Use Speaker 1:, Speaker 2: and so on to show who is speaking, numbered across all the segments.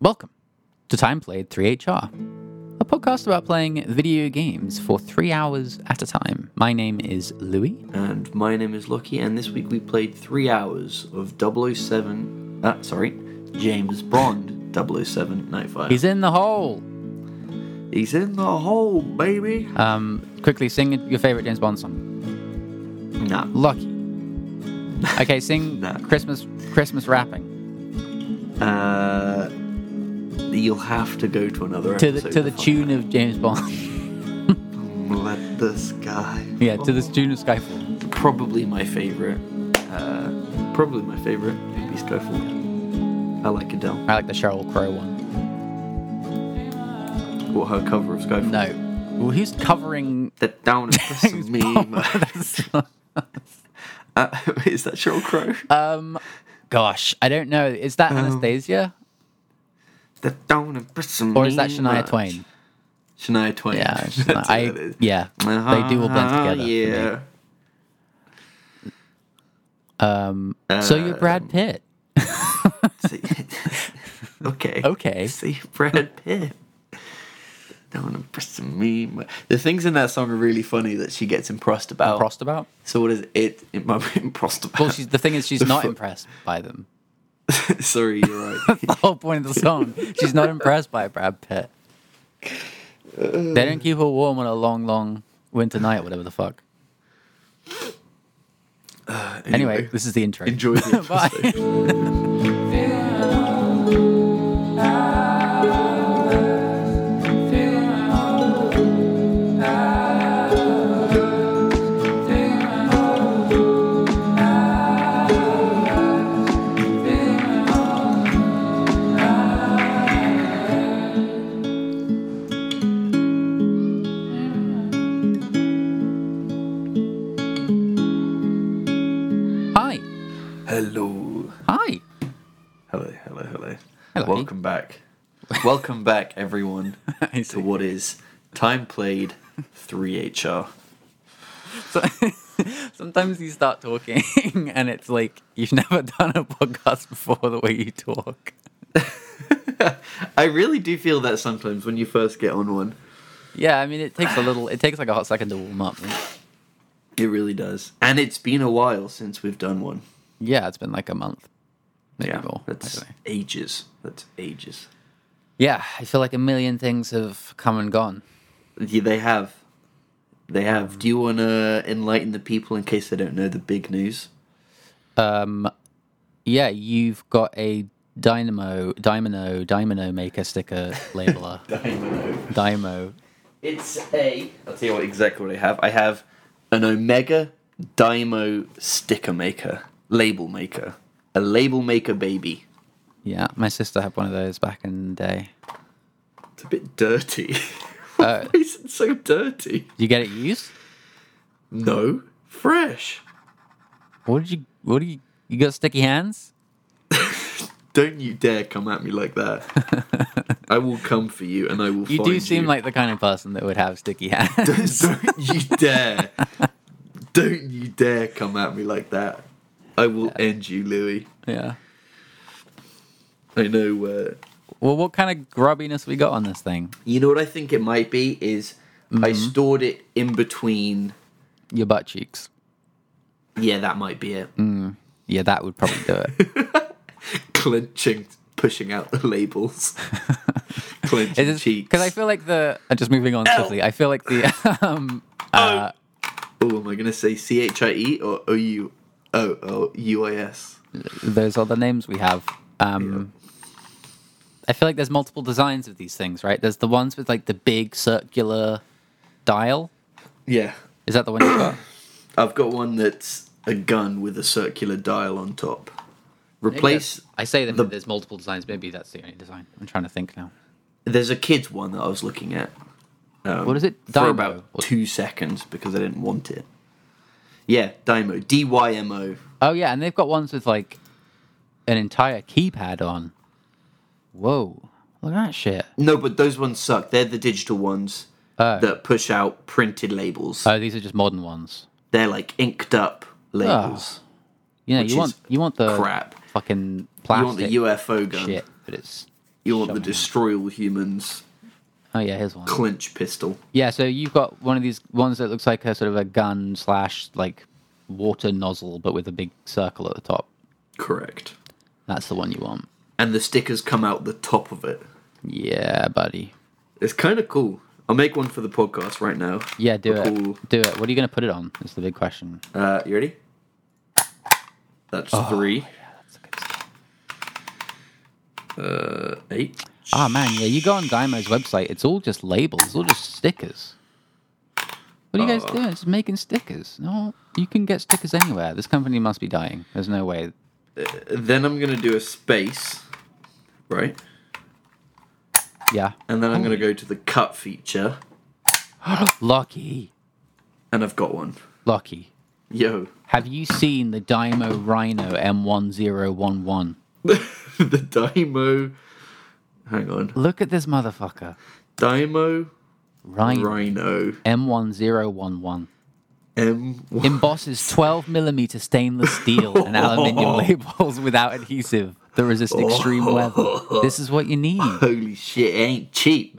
Speaker 1: Welcome to Time Played 3HR, a podcast about playing video games for three hours at a time. My name is Louis.
Speaker 2: And my name is Lucky, and this week we played three hours of 007. Uh, sorry, James Bond 007 Nightfire.
Speaker 1: He's in the hole.
Speaker 2: He's in the hole, baby.
Speaker 1: Um, quickly sing your favorite James Bond song.
Speaker 2: Nah,
Speaker 1: Lucky. Okay, sing
Speaker 2: Nah.
Speaker 1: Christmas Christmas wrapping
Speaker 2: uh, you'll have to go to another
Speaker 1: to the
Speaker 2: episode
Speaker 1: to the
Speaker 2: find
Speaker 1: tune of James Bond.
Speaker 2: out. Let the sky.
Speaker 1: yeah, to the tune of Skyfall.
Speaker 2: Probably my favorite. Uh, probably my favorite. Maybe Skyfall. I like Adele.
Speaker 1: I like the Cheryl Crow one.
Speaker 2: Or her cover of Skyfall.
Speaker 1: No, well, who's covering?
Speaker 2: That down impresses me.
Speaker 1: That's not-
Speaker 2: uh, is that Cheryl Crow?
Speaker 1: um, gosh, I don't know. Is that Anastasia
Speaker 2: That don't impress me.
Speaker 1: or is that Shania
Speaker 2: much.
Speaker 1: Twain?
Speaker 2: Shania Twain.
Speaker 1: Yeah, it's
Speaker 2: That's
Speaker 1: not- I-
Speaker 2: who it is.
Speaker 1: yeah, they do all blend
Speaker 2: Uh-huh,
Speaker 1: together. for me.
Speaker 2: Yeah.
Speaker 1: Um,
Speaker 2: Uh,
Speaker 1: so you're Brad Pitt.
Speaker 2: See- okay.
Speaker 1: Okay.
Speaker 2: See, Brad Pitt. Don't impress me. mu- The things in that song are really funny that she gets impressed about.
Speaker 1: Crossed about.
Speaker 2: so what is it? It might be impressed about.
Speaker 1: Well, she's the thing is she's not
Speaker 2: fu-
Speaker 1: impressed by them.
Speaker 2: Sorry, you're right.
Speaker 1: The whole point of the song, she's not impressed by Brad Pitt.
Speaker 2: Uh,
Speaker 1: They don't keep her warm on a long, long winter night, whatever the fuck. Anyway, this is the intro.
Speaker 2: enjoy the
Speaker 1: Bye.
Speaker 2: episode.
Speaker 1: Hi,
Speaker 2: Hello.
Speaker 1: hi.
Speaker 2: Hello, hello, hello.
Speaker 1: Hello.
Speaker 2: Welcome back. Welcome back, everyone,
Speaker 1: I see.
Speaker 2: to what is Time Played 3HR.
Speaker 1: So, sometimes you start talking, and it's like you've never done a podcast before. The way you talk.
Speaker 2: I really do feel that sometimes when you first get on one.
Speaker 1: Yeah, I mean, it takes a little. It takes like a hot second to warm up.
Speaker 2: It really does. And it's been a while since we've done one.
Speaker 1: Yeah, it's been like a month, maybe more. I
Speaker 2: That's
Speaker 1: don't know.
Speaker 2: ages. That's ages.
Speaker 1: Yeah, I feel like a million things have come and gone.
Speaker 2: Yeah, they have. They have. Do you want to enlighten the people in case they don't know the big news?
Speaker 1: Um, yeah, you've got a dynamo, dynamo, dynamo maker sticker labeler, dymo.
Speaker 2: It's a. I'll tell you what exactly what I have. I have an Omega Dymo sticker maker, label maker, a label maker baby.
Speaker 1: Yeah, my sister had one of those back in the day.
Speaker 2: It's a bit dirty.
Speaker 1: Oh.
Speaker 2: Why is it so dirty?
Speaker 1: Did you get it used?
Speaker 2: No, fresh.
Speaker 1: What did you? What do you? You got sticky hands?
Speaker 2: Don't you dare come at me like that. I will come for you, and I will.
Speaker 1: You
Speaker 2: find
Speaker 1: do seem like the kind of person that would have sticky hands.
Speaker 2: Don't you dare! Don't you dare come at me like that. I will end you, Louis.
Speaker 1: yeah.
Speaker 2: I know. Uh,
Speaker 1: Well, what kind of grubbiness we got on this thing?
Speaker 2: you know what I think it might be is
Speaker 1: Mm-hmm.
Speaker 2: I stored it in between.
Speaker 1: Your butt cheeks.
Speaker 2: Yeah, that might be it.
Speaker 1: Mm. Yeah, that would probably do it.
Speaker 2: Clenching, pushing out the labels. Clenching cheeks.
Speaker 1: Because I feel like the. Uh, just moving on quickly. I feel like the. Um, uh,
Speaker 2: Oh, am I gonna say C H I E or O U O O U I S?
Speaker 1: those other names we have. Um, I feel like there's multiple designs of these things, right? There's the ones with like the big circular dial.
Speaker 2: Yeah,
Speaker 1: Is that the one you got?
Speaker 2: I've got one that's a gun with a circular dial on top. Replace.
Speaker 1: I say that
Speaker 2: the-
Speaker 1: there's multiple designs. Maybe that's the only design. I'm trying to think now.
Speaker 2: There's a kids one that I was looking at
Speaker 1: What is it?
Speaker 2: Um, for
Speaker 1: Dymo?
Speaker 2: about
Speaker 1: Or-
Speaker 2: two seconds because I didn't want it. Yeah, Dymo. D Y M O.
Speaker 1: Oh yeah, and they've got ones with like an entire keypad on. Whoa! Look at that shit.
Speaker 2: No, but those ones suck. They're the digital ones that push out printed labels.
Speaker 1: Oh, these are just modern ones.
Speaker 2: They're like inked up labels.
Speaker 1: You know,
Speaker 2: Which
Speaker 1: you want
Speaker 2: is
Speaker 1: you want the
Speaker 2: crap.
Speaker 1: fucking
Speaker 2: you want
Speaker 1: Oh. plastic
Speaker 2: the UFO gun.
Speaker 1: shit, but it's
Speaker 2: You're the destroy all humans
Speaker 1: Oh yeah, here's one.
Speaker 2: clinch pistol.
Speaker 1: Yeah, so you've got one of these ones that looks like a sort of a gun slash like water nozzle, but with a big circle at the top.
Speaker 2: Correct.
Speaker 1: That's the one you want.
Speaker 2: And the stickers come out the top of it.
Speaker 1: Yeah, buddy.
Speaker 2: It's kind of cool. I'll make one for the podcast right now.
Speaker 1: Yeah, do it.
Speaker 2: Cool.
Speaker 1: Do it. What are you going to put it on? That's the big question.
Speaker 2: Uh, you ready? That's three.
Speaker 1: That's a good start.
Speaker 2: Uh, eight.
Speaker 1: Ah man, yeah, you go on Dymo's website. It's all just labels. It's all just stickers. What are you guys
Speaker 2: Oh.
Speaker 1: doing? Just making stickers. No, you can get stickers anywhere. This company must be dying. There's no way.
Speaker 2: Then I'm gonna do a space, right?
Speaker 1: Yeah.
Speaker 2: And then I'm gonna go to the cut feature,
Speaker 1: Lucky.
Speaker 2: and I've got one.
Speaker 1: Lucky.
Speaker 2: Yo,
Speaker 1: Have you seen the Dymo Rhino M1011?
Speaker 2: the Dymo. Hang on,
Speaker 1: Look at this motherfucker.
Speaker 2: Dymo
Speaker 1: Rhino
Speaker 2: Rhino
Speaker 1: M1011.
Speaker 2: M.
Speaker 1: Embosses 12 millimeter stainless steel and aluminium labels without adhesive that resist extreme weather. This is what you need.
Speaker 2: Holy shit, it ain't cheap,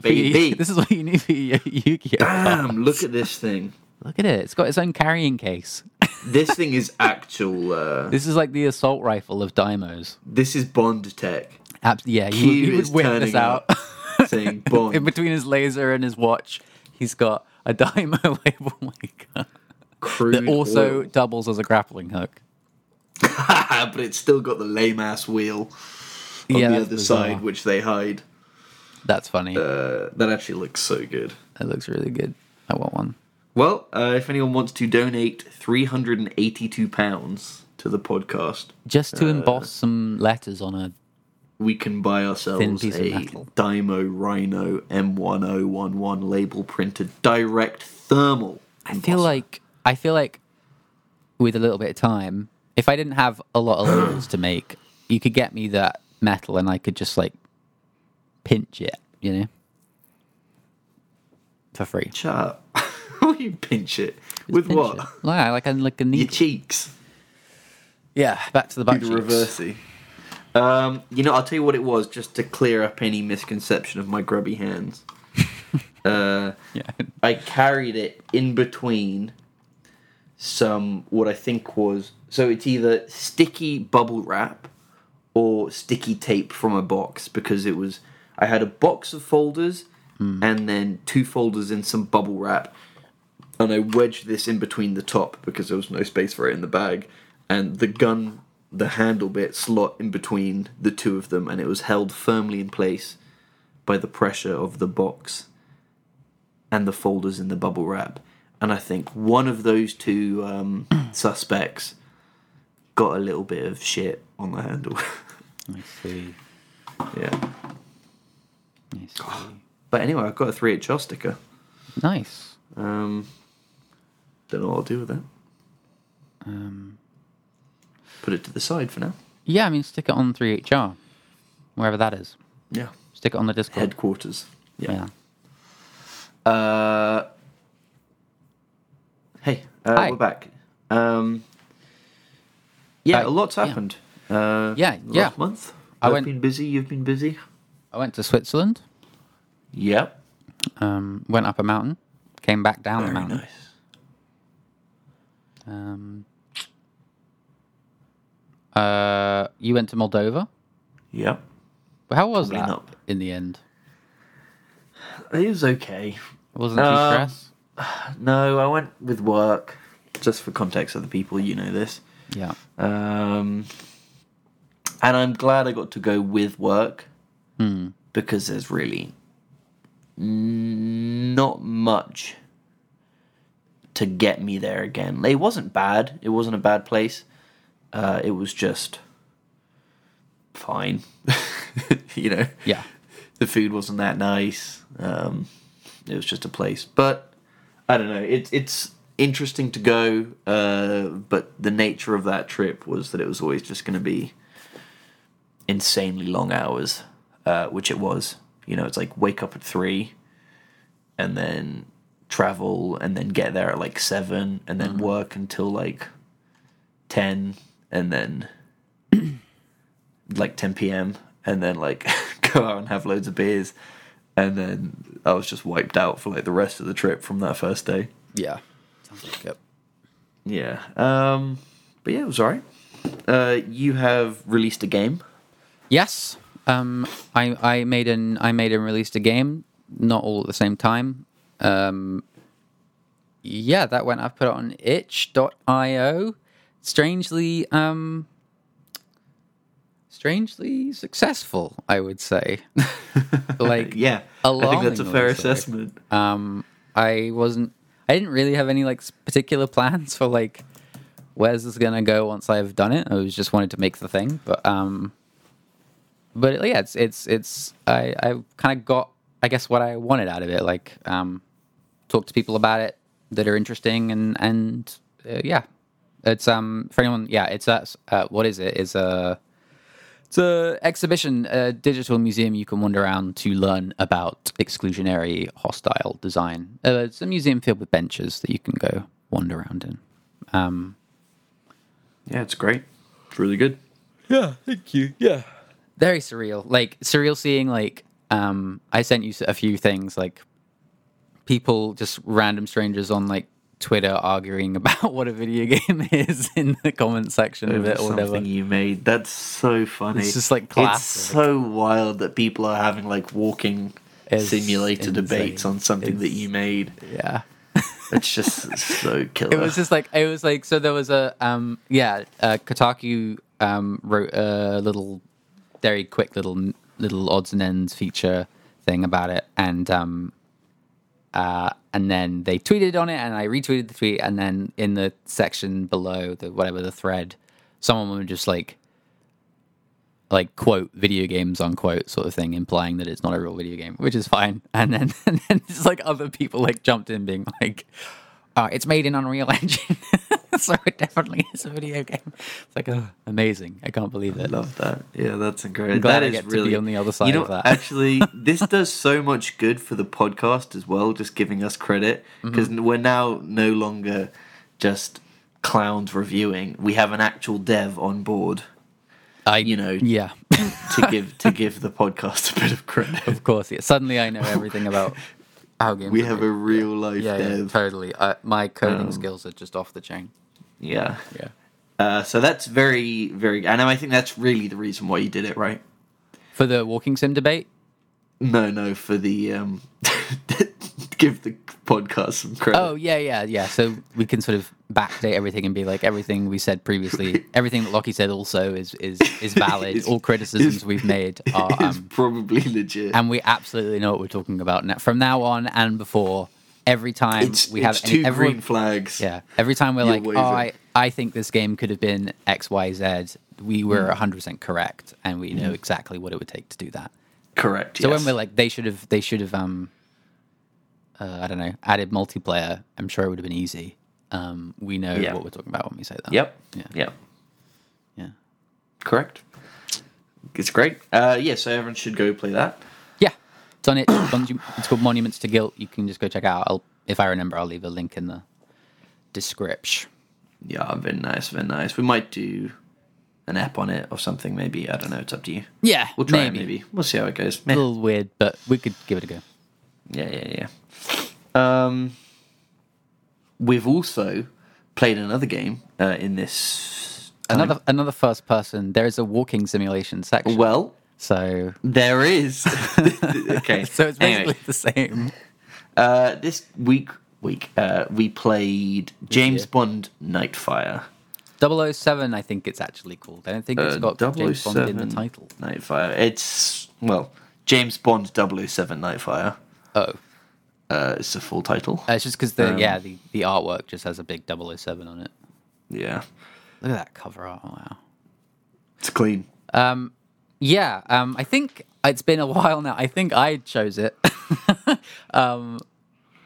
Speaker 2: baby.
Speaker 1: this is what you need for your Yu-Gi-Oh.
Speaker 2: Damn, look at this thing.
Speaker 1: Look at it. It's got its own carrying case.
Speaker 2: This thing is actual. Uh,
Speaker 1: This is like the assault rifle of Daimos.
Speaker 2: this is Bond Tech
Speaker 1: Abs- yeah, you,
Speaker 2: Q
Speaker 1: you would
Speaker 2: is
Speaker 1: whip this
Speaker 2: turning
Speaker 1: out.
Speaker 2: up. saying Bond.
Speaker 1: In between his laser and his watch, he's got a Daimo label maker
Speaker 2: crude
Speaker 1: that also
Speaker 2: oil.
Speaker 1: doubles as a grappling hook.
Speaker 2: but it's still got the lame ass wheel on
Speaker 1: yeah,
Speaker 2: the
Speaker 1: that's
Speaker 2: other
Speaker 1: bizarre.
Speaker 2: side, which they hide.
Speaker 1: That's funny.
Speaker 2: Uh, that actually looks so good.
Speaker 1: that looks really good. I want one.
Speaker 2: Well, uh, if anyone wants to donate three hundred and eighty-two pounds to the podcast,
Speaker 1: Just
Speaker 2: Uh.
Speaker 1: to emboss some letters on a.
Speaker 2: we can buy ourselves
Speaker 1: piece of
Speaker 2: a
Speaker 1: metal.
Speaker 2: Dymo Rhino M one O one one label printed direct thermal.
Speaker 1: I feel like I feel like with a little bit of time, if I didn't have a lot of labels to make, you could get me that metal and I could just like pinch it, you know, for free.
Speaker 2: Shut up. How you pinch it? With
Speaker 1: Pinch
Speaker 2: what?
Speaker 1: it. Yeah, like a like a
Speaker 2: Your
Speaker 1: needle.
Speaker 2: cheeks.
Speaker 1: Yeah, back to the butt
Speaker 2: the
Speaker 1: cheeks.
Speaker 2: reversey. Um, you know, I'll tell you what it was, just to clear up any misconception of my grubby hands. uh,
Speaker 1: Yeah.
Speaker 2: I carried it in between some what I think was so it's either sticky bubble wrap or sticky tape from a box because it was I had a box of folders and then two folders in some bubble wrap and I wedged this in between the top because there was no space for it in the bag and the gun the handle bit slot in between the two of them and it was held firmly in place by the pressure of the box and the folders in the bubble wrap. And I think one of those two um, suspects got a little bit of shit on the handle.
Speaker 1: I see.
Speaker 2: yeah.
Speaker 1: I see.
Speaker 2: But anyway, I've got a 3HR sticker.
Speaker 1: nice.
Speaker 2: Um, don't know what I'll do with that. Um, Put it to the side for now.
Speaker 1: Yeah, I mean, stick it on 3HR, wherever that is.
Speaker 2: Yeah.
Speaker 1: Stick it on the Discord.
Speaker 2: Headquarters.
Speaker 1: Yeah.
Speaker 2: Uh, hey, uh,
Speaker 1: Hi.
Speaker 2: we're back. Um, yeah,
Speaker 1: Back,
Speaker 2: a lot's
Speaker 1: yeah.
Speaker 2: happened. Uh,
Speaker 1: Yeah,
Speaker 2: last
Speaker 1: yeah.
Speaker 2: month.
Speaker 1: I
Speaker 2: I've
Speaker 1: went-
Speaker 2: been busy. You've been busy.
Speaker 1: I went to Switzerland,
Speaker 2: Yep.
Speaker 1: um, went up a mountain, came back down
Speaker 2: Very
Speaker 1: the mountain.
Speaker 2: nice.
Speaker 1: Um, uh, you went to Moldova.
Speaker 2: Yep.
Speaker 1: How was
Speaker 2: Probably
Speaker 1: that
Speaker 2: not.
Speaker 1: in the end?
Speaker 2: It was okay.
Speaker 1: Wasn't too
Speaker 2: Um,
Speaker 1: stress.
Speaker 2: No, I went with work. Just for context of the people, you know this.
Speaker 1: Yeah.
Speaker 2: Um, and I'm glad I got to go with work
Speaker 1: Hmm.
Speaker 2: because there's really n- not much to get me there again. It wasn't bad. It wasn't a bad place. Uh, it was just fine. you know,
Speaker 1: Yeah.
Speaker 2: the food wasn't that nice. Um, it was just a place, but I don't know. It's it's interesting to go, uh, but the nature of that trip was that it was always just going to be insanely long hours, uh, which it was. You know, it's like wake up at three, and then travel, and then get there at like seven, and then work until like ten, and then like 10 p.m. and then like go out and have loads of beers, and then I was just wiped out for like the rest of the trip from that first day.
Speaker 1: Yeah. Sounds like it.
Speaker 2: Yeah. Um, but yeah, it was alright. Uh, you have released a game.
Speaker 1: Yes. Um, I I made and I made and released a game, not all at the same time. Um, yeah, that went. I put it on itch.io. Strangely, um, strangely successful, I would say. like
Speaker 2: Uh, Yeah, I think that's a
Speaker 1: alarmingly
Speaker 2: fair
Speaker 1: so.
Speaker 2: assessment.
Speaker 1: Um, I wasn't. I didn't really have any like s- particular plans for like where's this gonna go once I've done it. I was just wanted to make the thing, but um, but yeah, it's it's it's. I I kind of got I guess what I wanted out of it. Like um, talk to people about it that are interesting and and uh, yeah, it's um for anyone. Yeah, it's uh, uh what is it? It's a it's a exhibition, a digital museum you can wander around to learn about exclusionary hostile design. Uh, it's a museum filled with benches that you can go wander around in.
Speaker 2: Yeah, it's great. It's really good.
Speaker 1: Yeah, thank you. Yeah, very surreal. Like surreal seeing like um, I sent you a few things like people just random strangers on like Twitter arguing about what a video game is in the comment section of
Speaker 2: Over
Speaker 1: it or
Speaker 2: something
Speaker 1: whatever.
Speaker 2: you made. That's so funny.
Speaker 1: It's just, like,
Speaker 2: it's
Speaker 1: classic.
Speaker 2: so wild that people are having like walking
Speaker 1: It's
Speaker 2: simulator debates
Speaker 1: insane.
Speaker 2: on something that you made.
Speaker 1: Yeah.
Speaker 2: It's just so killer.
Speaker 1: it was just like it was like so there was a um yeah uh, Kotaku um wrote a little very quick little little odds and ends feature thing about it and um uh and then they tweeted on it and I retweeted the tweet and then in the section below the whatever the thread someone would just like like quote video games unquote sort of thing implying that it's not a real video game which is fine and then and then it's like other people like jumped in being like uh, it's made in unreal engine so it definitely is a video game it's like oh, amazing i can't believe it
Speaker 2: Love that. Yeah, that's incredible.
Speaker 1: glad
Speaker 2: That
Speaker 1: I
Speaker 2: is
Speaker 1: get to be
Speaker 2: really
Speaker 1: on the other
Speaker 2: You
Speaker 1: side
Speaker 2: know,
Speaker 1: of that.
Speaker 2: actually, this does so much good for the podcast as well. Just giving us credit
Speaker 1: Mm-hmm.
Speaker 2: because we're now no longer just clowns reviewing. We have an actual dev on board
Speaker 1: i
Speaker 2: you know.
Speaker 1: yeah
Speaker 2: to give to give the podcast a bit of credit.
Speaker 1: of course yeah. suddenly i know everything about how games
Speaker 2: We
Speaker 1: are
Speaker 2: have
Speaker 1: made.
Speaker 2: a real life
Speaker 1: yeah, yeah
Speaker 2: dev.
Speaker 1: totally I, my coding skills are just off the chain
Speaker 2: Yeah.
Speaker 1: yeah
Speaker 2: Uh, so that's very very. And I think that's really the reason why you did it, right?
Speaker 1: for the walking sim debate
Speaker 2: No, no, for the um, give the podcast some credit.
Speaker 1: Oh yeah, yeah, yeah. So we can sort of backdate everything and be like everything we said previously, everything that Lockie said also is is is valid.
Speaker 2: Is-
Speaker 1: All criticisms
Speaker 2: is-
Speaker 1: we've made are,
Speaker 2: it's
Speaker 1: um,
Speaker 2: probably legit.
Speaker 1: and we absolutely know what we're talking about now. From now on and before, every time
Speaker 2: It's,
Speaker 1: we
Speaker 2: it's
Speaker 1: have
Speaker 2: two
Speaker 1: every,
Speaker 2: green flags.
Speaker 1: yeah, every time we're
Speaker 2: You're
Speaker 1: like,
Speaker 2: waving.
Speaker 1: oh, I I think this game could have been X Y Z. We were 100% correct, and we know exactly what it would take to do that.
Speaker 2: correct.
Speaker 1: So
Speaker 2: yes.
Speaker 1: when we're like, they should have, they should have, um, uh, I don't know, added multiplayer. I'm sure it would have been easy. Um, we know
Speaker 2: Yeah.
Speaker 1: what we're talking about when we say that.
Speaker 2: yep,
Speaker 1: Yeah.
Speaker 2: yep,
Speaker 1: Yeah.
Speaker 2: correct. It's great. Uh, yeah, so everyone should go play that.
Speaker 1: Yeah. It's on it. Monu- it's called Monuments to Guilt. You can just go check it out. I'll, if I remember, I'll leave a link in the description.
Speaker 2: Yeah, very nice, very nice. We might do an app on it or something. Maybe I don't know. It's up to you.
Speaker 1: Yeah.
Speaker 2: We'll try maybe. It, maybe. We'll see how it goes. Meh.
Speaker 1: A little weird, but we could give it a go.
Speaker 2: Yeah, yeah, yeah. Um, we've also played another game uh, in this. time.
Speaker 1: Another another first person. There is a walking simulation section.
Speaker 2: Well,
Speaker 1: so
Speaker 2: there is. okay.
Speaker 1: so it's basically
Speaker 2: Anyway,
Speaker 1: the same.
Speaker 2: uh, this week week uh, we played James
Speaker 1: year.
Speaker 2: Bond Nightfire.
Speaker 1: 007, I think it's actually called. I don't think it's got
Speaker 2: Uh,
Speaker 1: James Bond in the
Speaker 2: 007
Speaker 1: title.
Speaker 2: Nightfire. It's well, James Bond 007 Nightfire.
Speaker 1: Oh,
Speaker 2: Uh, it's the full title.
Speaker 1: Uh, it's just because the yeah the, the artwork just has a big 007 on it.
Speaker 2: Yeah,
Speaker 1: Look at that cover art! Wow.
Speaker 2: it's clean.
Speaker 1: Yeah, um, I think it's been a while now. I think I chose it. um,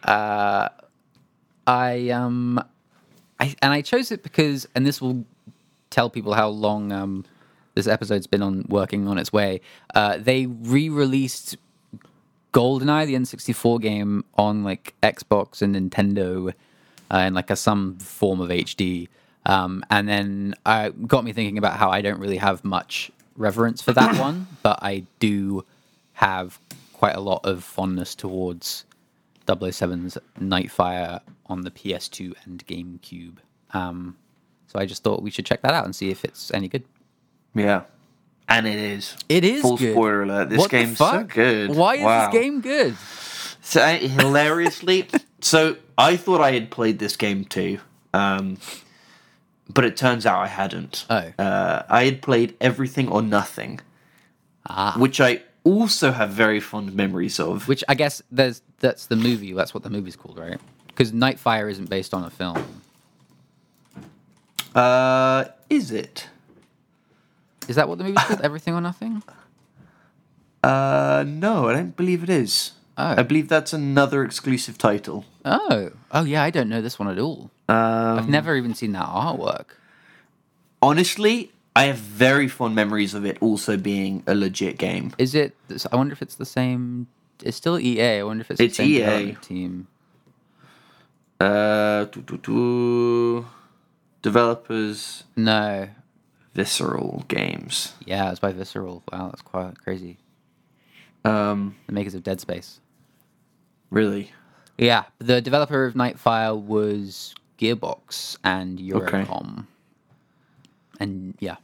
Speaker 1: uh, I um, I and I chose it because, and this will tell people how long um, this episode's been on working on its way. Uh, they re-released GoldenEye, the N64 game, on like Xbox and Nintendo, uh, in like a some form of HD. Um, and then uh, got me thinking about how I don't really have much reverence for that one, but I do have quite a lot of fondness towards 007's Nightfire on the PS2 and GameCube. Um, so I just thought we should check that out and see if it's any good.
Speaker 2: Yeah. And it is.
Speaker 1: It is
Speaker 2: Full
Speaker 1: good.
Speaker 2: spoiler alert. This
Speaker 1: What the
Speaker 2: game's so
Speaker 1: fuck?
Speaker 2: good.
Speaker 1: Why is
Speaker 2: Wow.
Speaker 1: this game good?
Speaker 2: So I- hilariously, so I thought I had played this game too, um, but it turns out I hadn't.
Speaker 1: Oh.
Speaker 2: Uh, I had played everything or nothing,
Speaker 1: Ah.
Speaker 2: which I also have very fond memories of.
Speaker 1: Which I guess there's that's the movie. That's what the movie's called, right? Because Nightfire isn't based on a film.
Speaker 2: Uh, is it?
Speaker 1: Is that what the movie's called? Everything or Nothing?
Speaker 2: Uh, no, I don't believe it is.
Speaker 1: Oh.
Speaker 2: I believe that's another exclusive title.
Speaker 1: Oh, oh yeah, I don't know this one at all. I've never even seen that artwork.
Speaker 2: Honestly, I have very fond memories of it also being a legit game.
Speaker 1: Is it? this- I wonder if it's the same. It's still EA. I wonder if it's,
Speaker 2: It's
Speaker 1: the same
Speaker 2: EA.
Speaker 1: development team.
Speaker 2: Uh, doo, doo, doo. developers
Speaker 1: No.
Speaker 2: Visceral Games.
Speaker 1: Yeah, it's by Visceral. Wow, that's quite crazy.
Speaker 2: Um,
Speaker 1: The makers of Dead Space.
Speaker 2: really?
Speaker 1: Yeah, the developer of Nightfire was Gearbox and
Speaker 2: Okay.
Speaker 1: Eurocom. And yeah,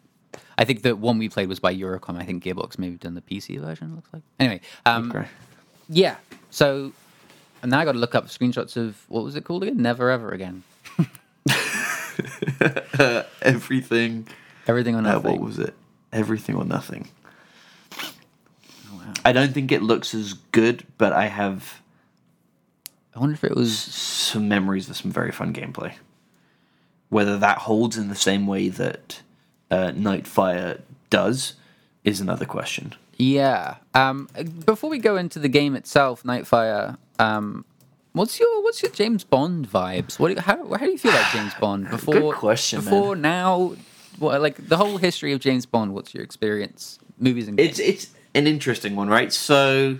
Speaker 1: I think the one we played was by Eurocom. I think Gearbox maybe done the PC version. it Looks like. Anyway, um,
Speaker 2: Okay.
Speaker 1: yeah. So and now I got to look up screenshots of what was it called again? Never ever again.
Speaker 2: Everything.
Speaker 1: Everything on
Speaker 2: Uh,
Speaker 1: Earth.
Speaker 2: what was it? Everything or nothing. I don't think it looks as good, but I have
Speaker 1: I wonder if it was.
Speaker 2: some memories of some very fun gameplay. Whether that holds in the same way that uh, Nightfire does is another question.
Speaker 1: Yeah. Um, before we go into the game itself, Nightfire. Um, what's your what's your James Bond vibes? What do you, how how do you feel about James Bond before
Speaker 2: question, man.
Speaker 1: before now? What, like the whole history of James Bond. What's your experience? Movies and games.
Speaker 2: It's it's an interesting one, right? So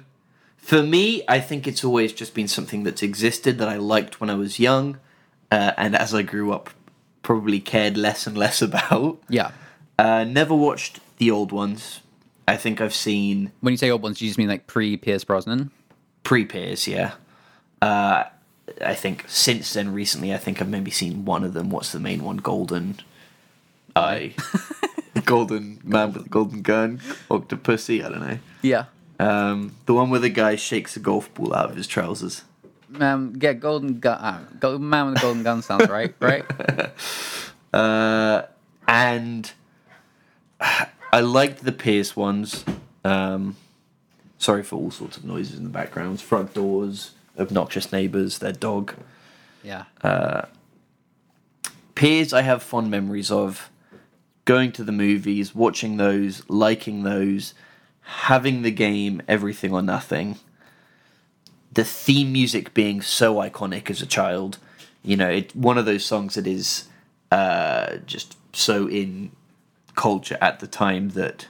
Speaker 2: for me, I think it's always just been something that's existed that I liked when I was young, uh, and as I grew up, probably cared less and less about.
Speaker 1: yeah.
Speaker 2: Uh, never watched the old ones. I think I've seen
Speaker 1: When you say old ones, you just mean like pre Pierce Brosnan.
Speaker 2: pre peers, yeah. Uh, I think since then, recently, I think I've maybe seen one of them. What's the main one? Golden Eye. golden Man with a Golden Gun. Octopussy, I don't know.
Speaker 1: Yeah.
Speaker 2: Um, the one where the guy shakes a golf ball out of his trousers.
Speaker 1: Um, yeah, golden gun. Uh, Gold- man with a golden gun sounds right, right?
Speaker 2: Uh, and I liked the Pierce ones. Um, sorry for all sorts of noises in the backgrounds. Front doors, obnoxious neighbours, their dog.
Speaker 1: Yeah.
Speaker 2: Uh. Piers, I have fond memories of going to the movies, watching those, liking those, having the game, everything or nothing. The theme music being so iconic as a child. You know, it, one of those songs that is uh, just so in culture at the time that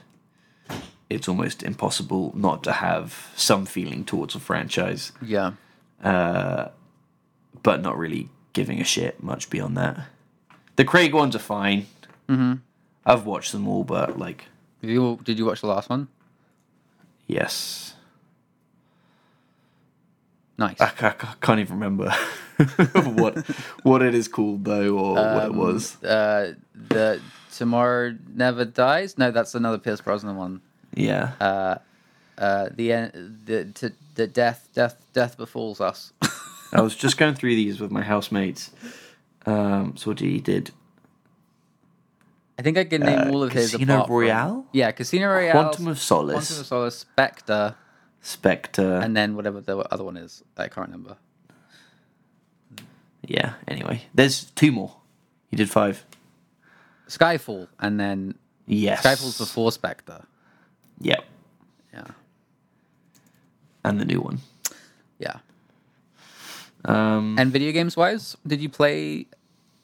Speaker 2: it's almost impossible not to have some feeling towards a franchise,
Speaker 1: yeah.
Speaker 2: but not really giving a shit much beyond that. The Craig ones are fine. Mm-hmm. I've watched them all, but like,
Speaker 1: Did you, did you watch the last one?
Speaker 2: yes,
Speaker 1: Nice.
Speaker 2: I, ca- ca- can't even remember what what it is called though, or what it was.
Speaker 1: Um, Uh, the Tomorrow Never Dies. No, that's another Pierce Brosnan one.
Speaker 2: Yeah,
Speaker 1: Uh, the en- the t- the death death death befalls us.
Speaker 2: I was just going through these with my housemates. Um, so what he did?
Speaker 1: I think I can name all of his.
Speaker 2: Uh, Casino
Speaker 1: apart from-
Speaker 2: Royale? Oh,
Speaker 1: yeah, Casino Royale.
Speaker 2: Quantum of
Speaker 1: Quantum of
Speaker 2: Solace,
Speaker 1: Solace, Spectre,
Speaker 2: Spectre.
Speaker 1: and then whatever the other one is. I can't remember.
Speaker 2: yeah. Anyway, there's two more. He did five.
Speaker 1: Skyfall, and then
Speaker 2: Yes.
Speaker 1: Skyfall's before Spectre.
Speaker 2: Yep.
Speaker 1: Yeah,
Speaker 2: And the new one.
Speaker 1: yeah.
Speaker 2: Um,
Speaker 1: And video games wise, did you play?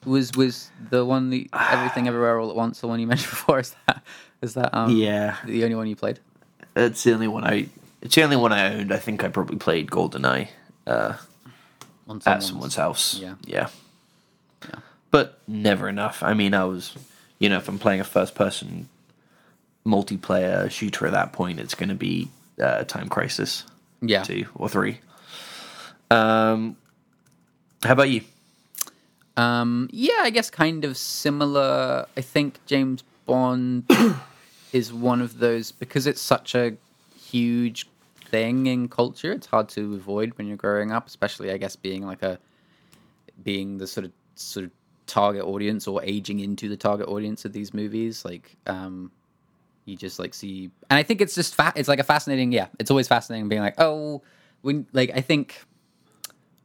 Speaker 1: Was was the one the Everything Everywhere All at Once the one you mentioned before? Is that is that um,
Speaker 2: yeah.
Speaker 1: the only one you played?
Speaker 2: That's the only one I. It's the only one I owned. I think I probably played GoldenEye uh,
Speaker 1: On
Speaker 2: at
Speaker 1: someone's-
Speaker 2: someone's house.
Speaker 1: Yeah.
Speaker 2: yeah.
Speaker 1: Yeah.
Speaker 2: But never enough. I mean, I was, you know, if I'm playing a first person multiplayer shooter at that point, it's going to be uh, Time Crisis
Speaker 1: Yeah.
Speaker 2: two or three. Um, how about you?
Speaker 1: Um, yeah, I guess kind of similar. I think James Bond is one of those because it's such a huge thing in culture. It's hard to avoid when you're growing up, especially I guess being like a being the sort of sort of target audience or aging into the target audience of these movies. Like, um, you just like see, and I think it's just fa- it's like a fascinating. Yeah, it's always fascinating being like, oh, when like I think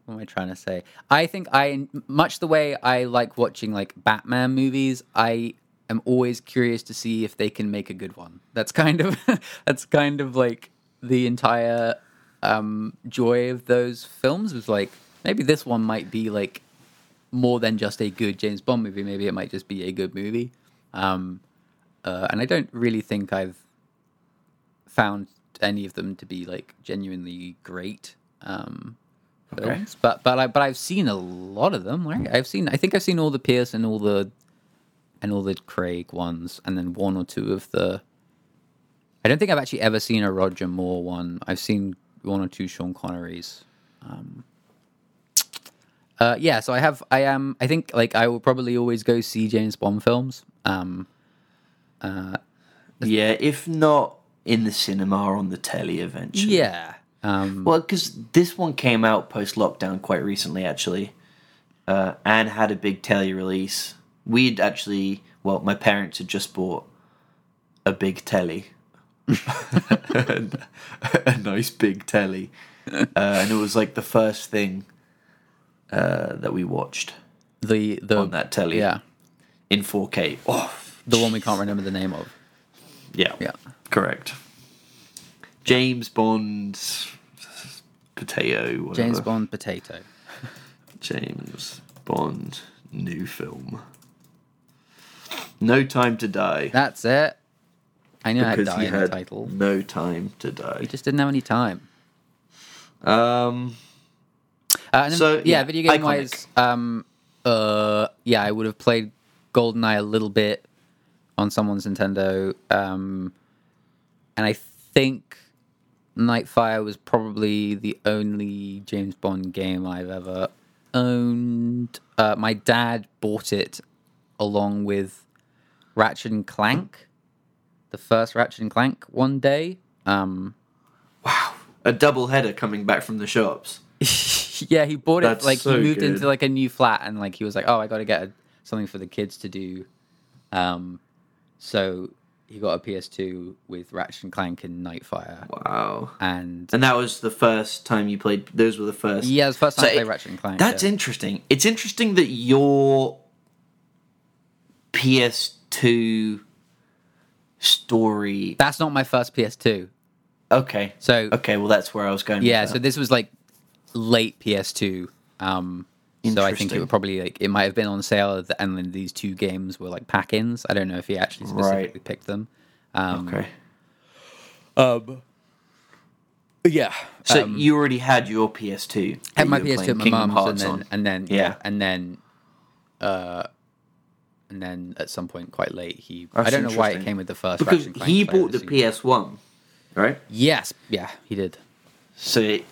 Speaker 1: what am I trying to say? I think I much the way I like watching like Batman movies, I am always curious to see if they can make a good one. That's kind of that's kind of like the entire um joy of those films was like maybe this one might be like more than just a good James Bond movie, maybe it might just be a good movie. Um uh, and I don't really think I've found any of them to be like genuinely great. Um films, but but I but I've seen a lot of them. Right? I've seen I think I've seen all the Pierce and all the and all the Craig ones, and then one or two of the. I don't think I've actually ever seen a Roger Moore one. I've seen one or two Sean Connerys. Um, uh, yeah, so I have. I am. I think like I will probably always go see James Bond films. Um,
Speaker 2: Yeah, if not in the cinema or on the telly eventually.
Speaker 1: yeah. Um,
Speaker 2: Well, because this one came out post lockdown quite recently, actually, uh, and had a big telly release. We'd actually, well, my parents had just bought a big telly, a nice big telly, uh, and it was like the first thing uh, that we watched
Speaker 1: the the
Speaker 2: on that telly
Speaker 1: Yeah,
Speaker 2: in 4K. Oh,
Speaker 1: the one we can't remember the name of.
Speaker 2: yeah,
Speaker 1: Yeah.
Speaker 2: correct. James Bond, potato, whatever.
Speaker 1: James Bond Potato.
Speaker 2: James Bond new film. No Time to Die.
Speaker 1: That's it. I knew I had
Speaker 2: because
Speaker 1: die
Speaker 2: he
Speaker 1: in the
Speaker 2: had
Speaker 1: title.
Speaker 2: No Time to Die.
Speaker 1: We just didn't have any time.
Speaker 2: Um,
Speaker 1: Uh, and then,
Speaker 2: So,
Speaker 1: yeah,
Speaker 2: yeah,
Speaker 1: video game
Speaker 2: iconic.
Speaker 1: wise, um, uh, yeah, I would have played GoldenEye a little bit on someone's Nintendo, um, and I think Nightfire was probably the only James Bond game I've ever owned. Uh, my dad bought it along with Ratchet and Clank, the first Ratchet and Clank, one day. Um,
Speaker 2: a double header coming back from the shops.
Speaker 1: yeah, he bought it
Speaker 2: That's
Speaker 1: like
Speaker 2: so
Speaker 1: he moved
Speaker 2: good.
Speaker 1: into like a new flat and like he was like, "Oh, I got to get a, something for the kids to do." Um so he got a PS2 with Ratchet and Clank and Nightfire
Speaker 2: Wow.
Speaker 1: and
Speaker 2: And that was the first time you played. Those were the first.
Speaker 1: yeah, it was the first time
Speaker 2: So
Speaker 1: I played
Speaker 2: it-
Speaker 1: Ratchet and Clank.
Speaker 2: That's
Speaker 1: yeah.
Speaker 2: interesting. It's interesting that your PS2 story.
Speaker 1: That's not my first PS2.
Speaker 2: Okay.
Speaker 1: So
Speaker 2: Okay. Well, that's where I was going.
Speaker 1: yeah,
Speaker 2: With
Speaker 1: so
Speaker 2: that.
Speaker 1: this was like late PS2. Um so I think it
Speaker 2: Interesting.
Speaker 1: would probably like it might have been on sale at the- and then these two games were like pack-ins. I don't know if he actually
Speaker 2: Right.
Speaker 1: specifically picked them. Um
Speaker 2: okay.
Speaker 1: Um, yeah.
Speaker 2: So you already had your
Speaker 1: Um,
Speaker 2: PS2.
Speaker 1: had
Speaker 2: that
Speaker 1: my
Speaker 2: you were
Speaker 1: PS2 at
Speaker 2: playing
Speaker 1: my
Speaker 2: Kingdom
Speaker 1: mum's, and
Speaker 2: Hearts
Speaker 1: then
Speaker 2: on.
Speaker 1: and then yeah.
Speaker 2: Yeah.
Speaker 1: and then, uh, and then at some point quite late, he I
Speaker 2: That's
Speaker 1: don't know why it
Speaker 2: interesting.
Speaker 1: came with the first
Speaker 2: because
Speaker 1: Ratchet and Clank
Speaker 2: he
Speaker 1: that I
Speaker 2: bought
Speaker 1: ever
Speaker 2: the
Speaker 1: seen.
Speaker 2: PS1, right?
Speaker 1: Yes, yeah, he did.
Speaker 2: So it,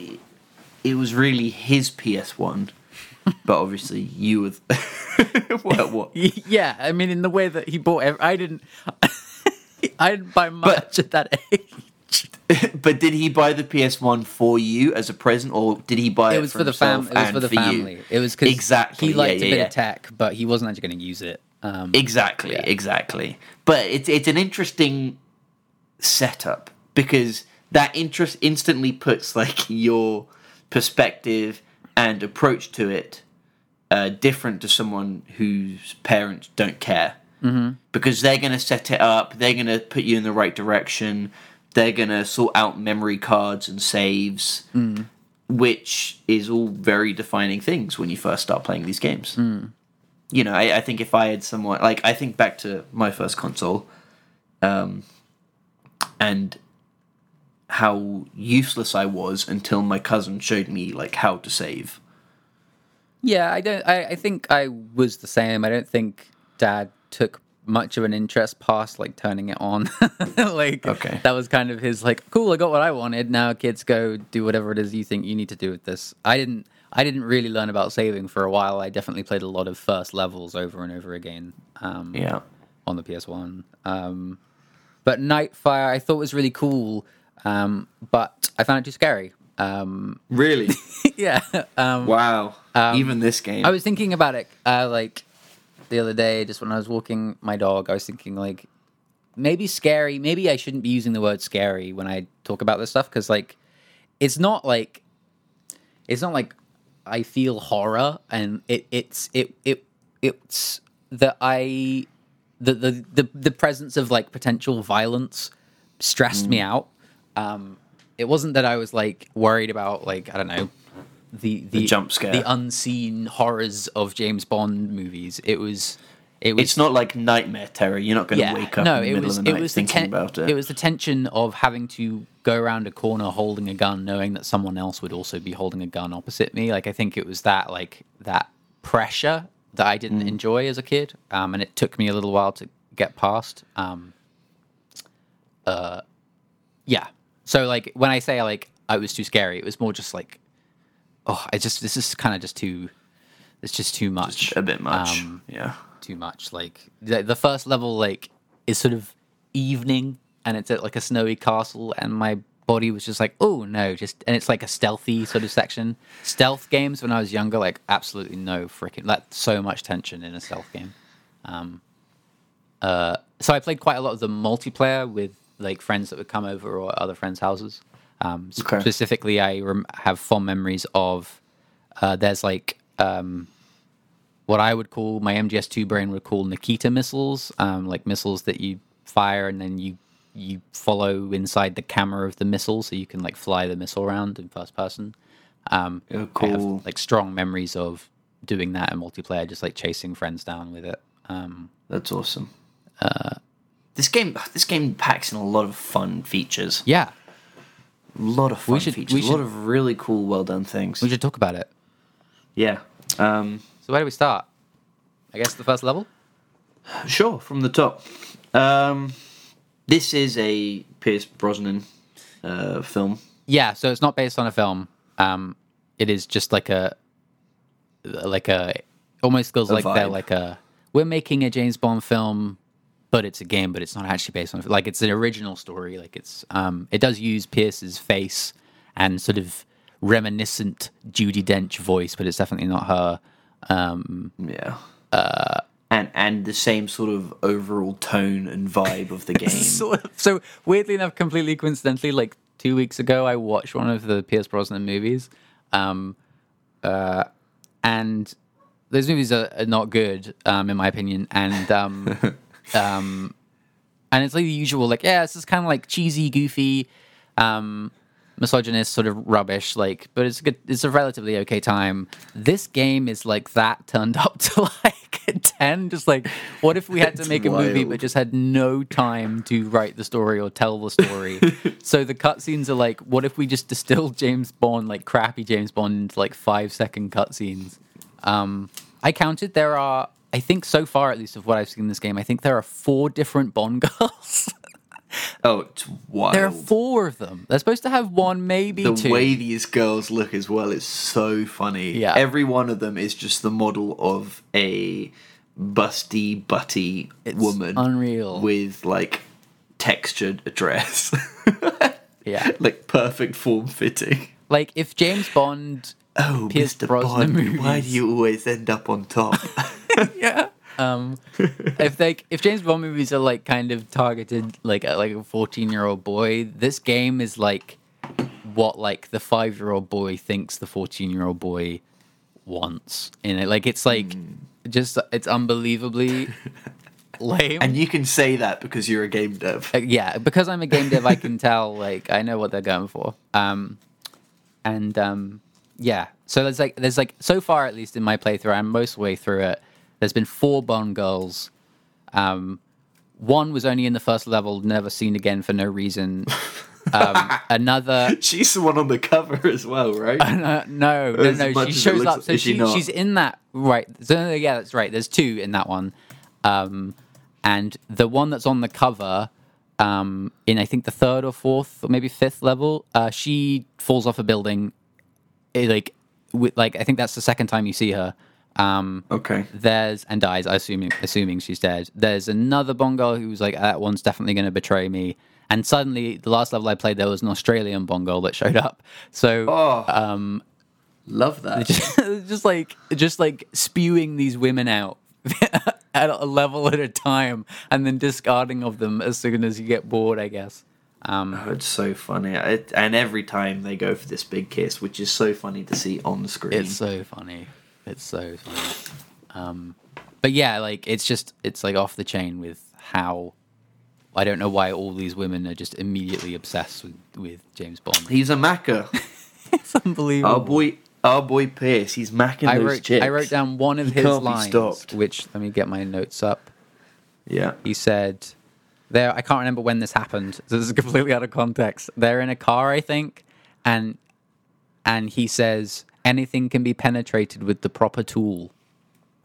Speaker 2: it was really his PS1, but obviously you were. Th- what? what?
Speaker 1: Yeah, I mean, in the way that he bought, ev- I didn't, I didn't buy much at that age.
Speaker 2: But did he buy the PS1 for you as a present, or did he buy it,
Speaker 1: It was for, the
Speaker 2: himself
Speaker 1: family. It was
Speaker 2: and
Speaker 1: for the
Speaker 2: you?
Speaker 1: family. It was because
Speaker 2: Exactly,
Speaker 1: he
Speaker 2: yeah,
Speaker 1: liked
Speaker 2: yeah,
Speaker 1: a bit
Speaker 2: yeah.
Speaker 1: of tech, but he wasn't actually going to use it. Um,
Speaker 2: Exactly,
Speaker 1: Yeah.
Speaker 2: exactly. But it's it's an interesting setup because that interest instantly puts like your perspective and approach to it uh, different to someone whose parents don't care mm-hmm. because they're going to set it up, they're going to put you in the right direction, they're going to sort out memory cards and saves.
Speaker 1: Mm.
Speaker 2: Which is all very defining things when you first start playing these games you know, I, I think if I had someone like I think back to my first console, um, and how useless I was until my cousin showed me like how to save.
Speaker 1: Yeah, I don't. I, I think I was the same. I don't think Dad took much of an interest past like turning it on. like
Speaker 2: Okay.
Speaker 1: that was kind of his like, cool, I got what I wanted. Now kids go do whatever it is you think you need to do with this. I didn't I didn't really learn about saving for a while. I definitely played a lot of first levels over and over again. Um
Speaker 2: Yeah.
Speaker 1: on the PS1. Um, but Nightfire I thought was really cool, um, but I found it too scary. Um,
Speaker 2: Really?
Speaker 1: yeah. Um,
Speaker 2: wow. Even this game.
Speaker 1: I was thinking about it uh, like the other day, just when I was walking my dog. I was thinking like maybe scary. Maybe I shouldn't be using the word scary when I talk about this stuff because like it's not like it's not like I feel horror and it it's it it it's that I the the the, the presence of like potential violence stressed
Speaker 2: Mm.
Speaker 1: me out. Um, it wasn't that I was like worried about like I don't know the the,
Speaker 2: jump scare.
Speaker 1: the unseen horrors of James Bond movies. It was it was
Speaker 2: it's not like nightmare terror. You're not going to wake up in the middle of the night thinking
Speaker 1: ten-
Speaker 2: about it.
Speaker 1: was the tension of having to go around a corner holding a gun, knowing that someone else would also be holding a gun opposite me. Like I think it was that like that pressure that I didn't
Speaker 2: Mm.
Speaker 1: enjoy as a kid, um, and it took me a little while to get past. Um, uh, yeah. So like when I say like I was too scary, it was more just like, oh, I just this is kind of just too, it's just too much
Speaker 2: a bit much.
Speaker 1: um,
Speaker 2: yeah.
Speaker 1: too much. Like the, the first level, like is sort of evening, and it's at like a snowy castle, and my body was just like, oh no, just and it's like a stealthy sort of section. Stealth games when I was younger, like absolutely no freaking, like so much tension in a stealth game. Um, uh, so I played quite a lot of the multiplayer with like friends that would come over or other friends' houses. Um, s-
Speaker 2: Okay.
Speaker 1: Specifically, I rem- have fond memories of uh, there's like um, what I would call my MGS2 brain would call Nikita missiles, um, like missiles that you fire and then you you follow inside the camera of the missile, so you can like fly the missile around in first person. Um,
Speaker 2: Oh,
Speaker 1: I have
Speaker 2: cool.
Speaker 1: like strong memories of doing that in multiplayer, just like chasing friends down with it. Um,
Speaker 2: That's awesome.
Speaker 1: Uh,
Speaker 2: this game, this game packs in a lot of fun features.
Speaker 1: yeah,
Speaker 2: A lot of fun
Speaker 1: should-
Speaker 2: features.
Speaker 1: we
Speaker 2: a lot
Speaker 1: should-
Speaker 2: of really cool, well done things.
Speaker 1: we should talk about it.
Speaker 2: yeah. Um,
Speaker 1: So where do we start? I guess the first level.
Speaker 2: sure. From the top. Um, this is a Pierce Brosnan uh, film.
Speaker 1: Yeah, so it's not based on a film. Um, it is just like a, like a, almost feels like they're
Speaker 2: vibe.
Speaker 1: like a. We're making a James Bond film, but it's a game, but it's not actually based on. Like it's an original story. Like it's, um, it does use Pierce's face and sort of reminiscent Judy Dench voice, but it's definitely not her.
Speaker 2: Yeah. Uh, and and the same sort of overall tone and vibe of the game.
Speaker 1: sort of. So weirdly enough, completely coincidentally, like two weeks ago, I watched one of the Pierce Brosnan movies, um, uh, and those movies are, are not good, um, in my opinion, and um, um, and it's like the usual, like yeah, this is kind of like cheesy, goofy, um, misogynist sort of rubbish, like, but it's a good, it's a relatively okay time. This game is like that turned up to like a ten, just like what if we had to
Speaker 2: It's
Speaker 1: make a movie but
Speaker 2: wild.
Speaker 1: just had no time to write the story or tell the story. so the cutscenes are like, what if we just distilled James Bond, like crappy James Bond, into like five second cutscenes? Um, I counted there are, I think so far at least of what I've seen in this game, I think there are four different Bond girls.
Speaker 2: oh, it's wild.
Speaker 1: there are four of them. They're supposed to have one, maybe
Speaker 2: the
Speaker 1: two.
Speaker 2: way these girls look as well is so funny.
Speaker 1: Yeah.
Speaker 2: Every one of them is just the model of a busty, butty woman.
Speaker 1: unreal.
Speaker 2: With like textured a dress.
Speaker 1: yeah.
Speaker 2: like perfect form fitting.
Speaker 1: Like if James Bond
Speaker 2: Oh,
Speaker 1: Pierce
Speaker 2: Mr.
Speaker 1: Brosnan
Speaker 2: Bond, why do
Speaker 1: movies.
Speaker 2: you always end up on top?
Speaker 1: yeah. Um, if like if James Bond movies are like kind of targeted like at like a fourteen year old boy, this game is like what like the five year old boy thinks the fourteen year old boy wants in it. Like it's like just it's unbelievably lame.
Speaker 2: Hmm. and you can say that because you're a game dev.
Speaker 1: Uh, yeah, because I'm a game dev, I can tell like I know what they're going for. Um, and um, yeah, so there's like there's like so far at least in my playthrough, I'm most of the way through it. There's been four Bond girls. Um, one was only in the first level, never seen again for no reason. Um, another
Speaker 2: She's the one on the cover as well, right?
Speaker 1: no, Uh, no, no,
Speaker 2: As
Speaker 1: no,
Speaker 2: much
Speaker 1: She
Speaker 2: as it
Speaker 1: shows
Speaker 2: looks-
Speaker 1: up. So
Speaker 2: is she
Speaker 1: she,
Speaker 2: not?
Speaker 1: she's in that right. So, yeah, that's right. There's two in that one, um, and the one that's on the cover, um, in I think the third or fourth or maybe fifth level, uh, she falls off a building. eh, Like, with, like I think that's the second time you see her. Um,
Speaker 2: Okay.
Speaker 1: there's and dies. I assuming assuming she's dead. There's another bongo who's like that one's definitely going to betray me. And suddenly, the last level I played, there was an Australian bongo that showed up. So
Speaker 2: Oh. Um. Love that.
Speaker 1: just like just like spewing these women out at a level at a time, and then discarding of them as soon as you get bored. I guess.
Speaker 2: Oh, it's so funny. It, and every time they go for this big kiss, which is so funny to see on the screen.
Speaker 1: It's so funny. It's so funny. Um, but yeah, like it's just it's like off the chain with how I don't know why all these women are just immediately obsessed with, with James Bond.
Speaker 2: He's a macker.
Speaker 1: It's unbelievable.
Speaker 2: Our boy, our boy Pierce. He's macking
Speaker 1: I
Speaker 2: those
Speaker 1: wrote
Speaker 2: chicks.
Speaker 1: I wrote down one of his
Speaker 2: can't be
Speaker 1: lines,
Speaker 2: stopped.
Speaker 1: which let me get my notes up.
Speaker 2: Yeah.
Speaker 1: He said, "There, I can't remember when this happened. So this is completely out of context. They're in a car, I think, and and he says anything can be penetrated with the proper tool."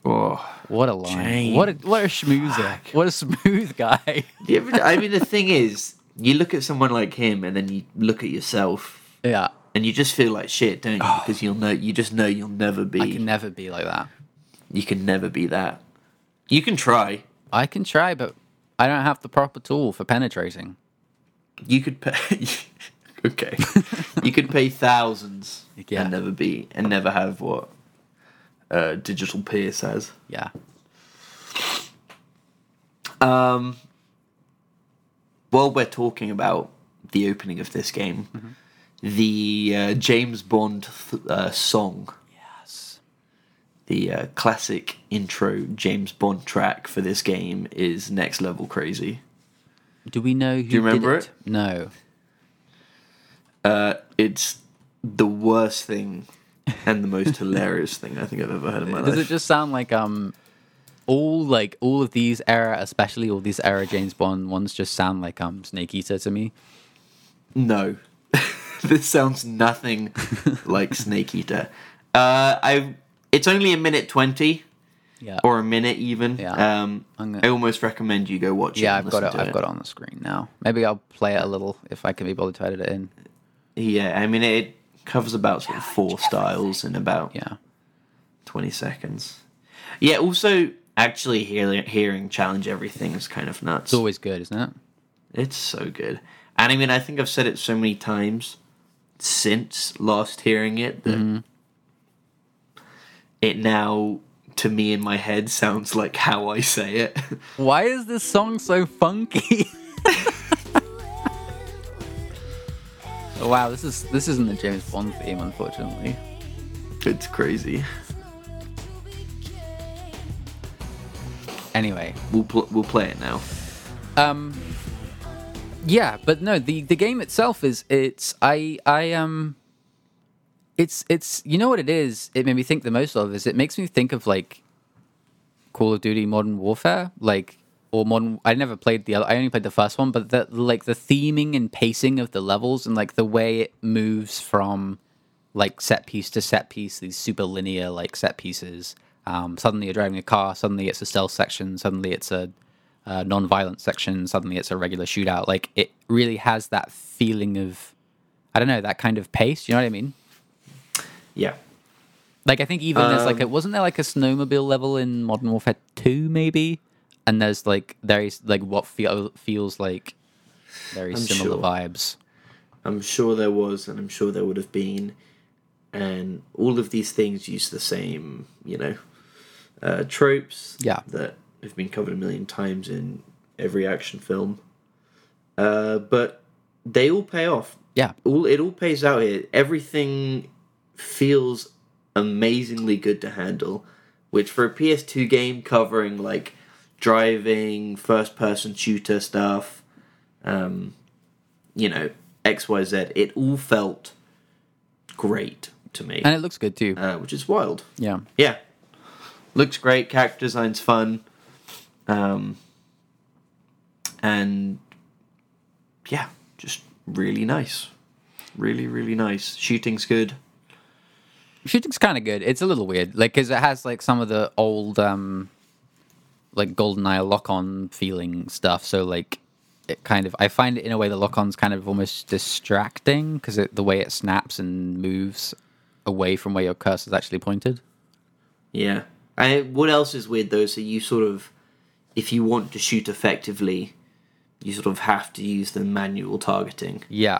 Speaker 2: Oh.
Speaker 1: What a line! What a what a schmoozer! What a smooth guy!
Speaker 2: You ever- I mean, the thing is, you look at someone like him, and then you look at yourself,
Speaker 1: yeah,
Speaker 2: and you just feel like shit, don't you? Because you'll know, you just know you'll never be.
Speaker 1: Ah. I can never be like that.
Speaker 2: you can never be that. You can try.
Speaker 1: I can try, but I don't have the proper tool for penetrating.
Speaker 2: You could pay. okay. you could pay thousands
Speaker 1: Yeah.
Speaker 2: and never be and never have what uh, digital Pierce has.
Speaker 1: Yeah,
Speaker 2: Um, while we're talking about the opening of this game,
Speaker 1: Mm-hmm.
Speaker 2: the uh, James Bond th- uh, song,
Speaker 1: yes,
Speaker 2: the uh, classic intro James Bond track for this game is next level crazy.
Speaker 1: Do we know? Who Do
Speaker 2: you remember it?
Speaker 1: No.
Speaker 2: Uh, it's the worst thing and the most hilarious thing I think I've ever heard in my
Speaker 1: Does it
Speaker 2: life.
Speaker 1: just sound like um, all like all of these era, especially all these era James Bond ones, just sound like um Snake Eater to me?
Speaker 2: No. this sounds nothing like Snake Eater. Uh, I it's only a minute 20
Speaker 1: Yeah.
Speaker 2: or a minute even.
Speaker 1: Yeah.
Speaker 2: Um,
Speaker 1: I'm gonna-
Speaker 2: I almost recommend you go watch it.
Speaker 1: yeah,
Speaker 2: and
Speaker 1: I've got it.
Speaker 2: listen to
Speaker 1: I've got it on the screen now. Maybe I'll play it a little if I can be bothered to edit it in.
Speaker 2: Yeah, I mean it covers about sort of four styles in about
Speaker 1: Yeah.
Speaker 2: 20 seconds. Yeah, also actually hearing, hearing challenge everything is kind of nuts.
Speaker 1: It's always good, isn't it?
Speaker 2: It's so good. And I mean, I think I've said it so many times since last hearing it that
Speaker 1: Mm-hmm.
Speaker 2: it now, to me in my head, sounds like how I say it.
Speaker 1: Why is this song so funky? Oh, wow, this is this isn't the James Bond theme, unfortunately.
Speaker 2: it's crazy.
Speaker 1: Anyway,
Speaker 2: We'll, pl- we'll play it now.
Speaker 1: um, yeah, but no, the the game itself is it's I I um, it's it's you know what it is. It made me think the most of is it makes me think of like Call of Duty Modern Warfare, like or modern. I never played the other. I only played the first one, but the like the theming and pacing of the levels and like the way it moves from like set piece to set piece, these super linear like set pieces. Um, suddenly you're driving a car. Suddenly it's a stealth section. Suddenly it's a uh, non-violent section. Suddenly it's a regular shootout. Like it really has that feeling of, I don't know, that kind of pace. You know what I mean?
Speaker 2: Yeah.
Speaker 1: Like I think even there's
Speaker 2: Um.
Speaker 1: like a wasn't there like a snowmobile level in Modern Warfare Two maybe, and there's like there is like what feel, feels like very similar
Speaker 2: sure.
Speaker 1: vibes.
Speaker 2: I'm sure there was, and I'm sure there would have been. And all of these things use the same, you know, uh, tropes
Speaker 1: Yeah.
Speaker 2: that have been covered a million times in every action film. Uh, but they all pay off.
Speaker 1: Yeah,
Speaker 2: All it all pays out here. Everything feels amazingly good to handle, which for a PS2 game covering like driving, first-person shooter stuff, um, you know, X Y Z, it all felt great to me,
Speaker 1: and it looks good too.
Speaker 2: uh, which is wild.
Speaker 1: Yeah,
Speaker 2: Yeah. Looks great. Character design's fun. Um, and yeah, just really nice. Really, really nice. Shooting's good.
Speaker 1: shooting's kind of good. It's a little weird, like because it has like some of the old um like GoldenEye lock on feeling stuff. So like it kind of I find it in a way the lock on's kind of almost distracting because the way it snaps and moves away from where your cursor's actually pointed.
Speaker 2: Yeah. I, what else is weird though? So you sort of, if you want to shoot effectively, you sort of have to use the manual targeting,
Speaker 1: Yeah,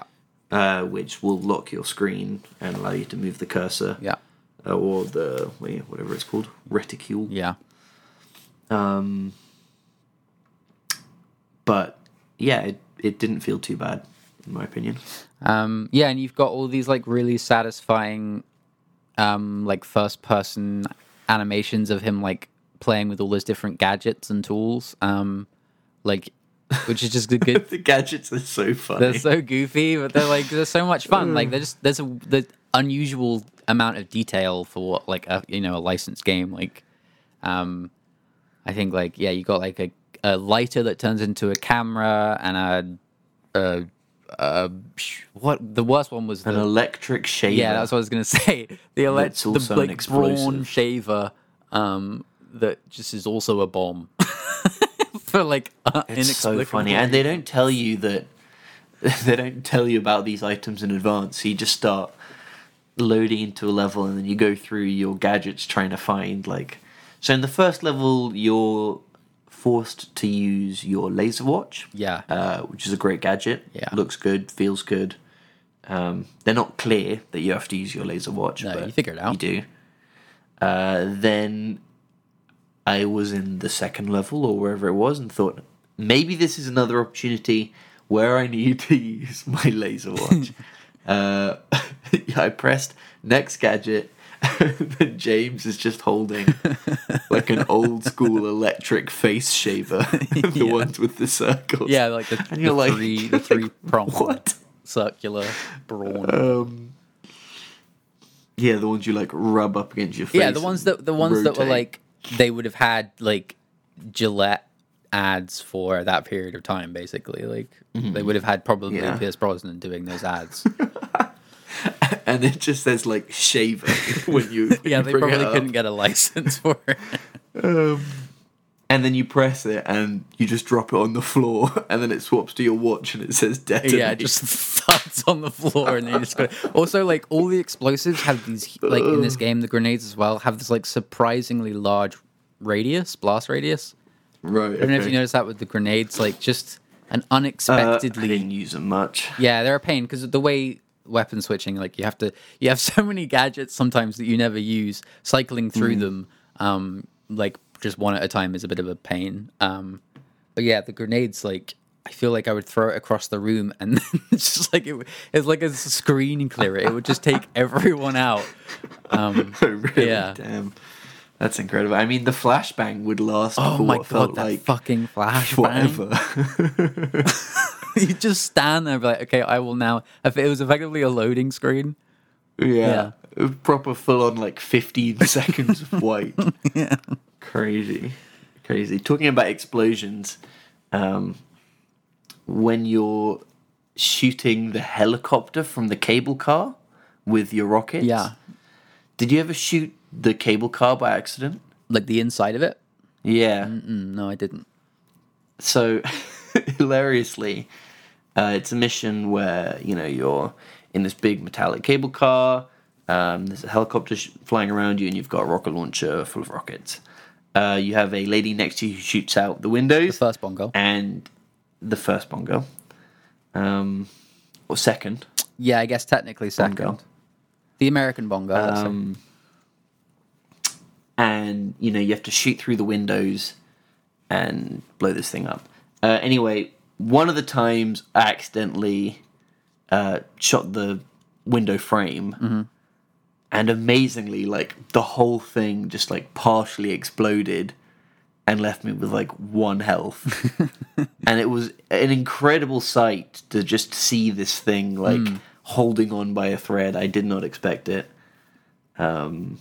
Speaker 2: uh, which will lock your screen and allow you to move the cursor
Speaker 1: yeah,
Speaker 2: uh, or the wait, whatever it's called reticule.
Speaker 1: yeah.
Speaker 2: Um, but yeah, it, it didn't feel too bad in my opinion.
Speaker 1: Um, yeah, and you've got all these like really satisfying, um, like first person animations of him like playing with all those different gadgets and tools, um, like which is just a good.
Speaker 2: the gadgets are so funny.
Speaker 1: they're so goofy, but they're like they're so much fun. Like they're just there's a the unusual amount of detail for what like a you know a licensed game. Like, um, I think like yeah, you got like a, a lighter that turns into a camera and a, a, a sh- what the worst one was the
Speaker 2: An electric shaver.
Speaker 1: yeah, that's what I was gonna say. The elect,
Speaker 2: That's
Speaker 1: the
Speaker 2: also an
Speaker 1: like, brawn
Speaker 2: explosive.
Speaker 1: shaver, um, that just is also a bomb. For like uh,
Speaker 2: It's so
Speaker 1: inexplicable
Speaker 2: funny, and they don't tell you that. They don't tell you about these items in advance. So you just start loading into a level, and then you go through your gadgets trying to find like. So in the first level, you're forced to use your laser watch.
Speaker 1: Yeah.
Speaker 2: Uh, which is a great gadget.
Speaker 1: Yeah.
Speaker 2: Looks good, feels good. Um, they're not clear that you have to use your laser watch.
Speaker 1: No,
Speaker 2: but
Speaker 1: you figure it out.
Speaker 2: You do. Uh, then I was in the second level or wherever it was and thought maybe this is another opportunity where I need to use my laser watch. uh, I pressed next gadget. and James is just holding like an old school electric face shaver, the ones with the circles.
Speaker 1: Yeah, like the,
Speaker 2: And
Speaker 1: the
Speaker 2: you're like-
Speaker 1: three, the
Speaker 2: you're like,
Speaker 1: three prong
Speaker 2: What? Uh,
Speaker 1: circular brawn.
Speaker 2: Yeah, the ones you like rub up against your face.
Speaker 1: yeah, the ones
Speaker 2: and
Speaker 1: that the ones that were
Speaker 2: rotate.
Speaker 1: like they would have had like Gillette ads for that period of time, basically. Like they would have had probably
Speaker 2: Mm-hmm. Yeah.
Speaker 1: Pierce Brosnan doing those ads.
Speaker 2: and it just says like shaver when you when
Speaker 1: yeah,
Speaker 2: you
Speaker 1: they
Speaker 2: bring it
Speaker 1: probably
Speaker 2: up.
Speaker 1: couldn't get a license for it.
Speaker 2: and then you press it and you just drop it on the floor and then it swaps to your watch and it says detonate.
Speaker 1: yeah, it just thuds on the floor, and then you just go. Also, like all the explosives have these, like in this game, the grenades as well have this like surprisingly large radius, blast radius.
Speaker 2: right.
Speaker 1: I don't know if you noticed that with the grenades, like just an unexpectedly.
Speaker 2: Uh, didn't use them much.
Speaker 1: yeah, they're a pain because the way weapon switching, like you have to, you have so many gadgets sometimes that you never use. Cycling through them, um, like just one at a time, is a bit of a pain. Um, but yeah, the grenades, like I feel like I would throw it across the room, and then it's just like it, w- it's like a screen clearer. It would just take everyone out. Um,
Speaker 2: Oh, really?
Speaker 1: Yeah.
Speaker 2: Damn. That's incredible. I mean, the flashbang would last
Speaker 1: oh
Speaker 2: for
Speaker 1: my god,
Speaker 2: what felt
Speaker 1: that
Speaker 2: like
Speaker 1: fucking flashbang!
Speaker 2: forever.
Speaker 1: you just stand there and be like, okay, I will now. If it was effectively a loading screen.
Speaker 2: yeah. Proper full on like 15 seconds of white.
Speaker 1: Yeah.
Speaker 2: Crazy. Crazy. Talking about explosions, um, when you're shooting the helicopter from the cable car with your rockets,
Speaker 1: Yeah.
Speaker 2: did you ever shoot the cable car by accident?
Speaker 1: Like the inside of it?
Speaker 2: Yeah.
Speaker 1: Mm, no, I didn't.
Speaker 2: so hilariously, uh, it's a mission where you know you're in this big metallic cable car. Um, there's a helicopter sh- flying around you, and you've got a rocket launcher full of rockets. Uh, you have a lady next to you who shoots out the windows,
Speaker 1: First bongo.
Speaker 2: and the first bongo, um, or second
Speaker 1: Yeah, I guess technically second.
Speaker 2: bongo.
Speaker 1: The American bongo. that's it.
Speaker 2: Um, and you know you have to shoot through the windows and blow this thing up. Uh, anyway, one of the times I accidentally uh, shot the window frame,
Speaker 1: Mm-hmm.
Speaker 2: and amazingly, like the whole thing just like partially exploded and left me with like one health. and it was an incredible sight to just see this thing like
Speaker 1: Mm.
Speaker 2: holding on by a thread. I did not expect it. Um,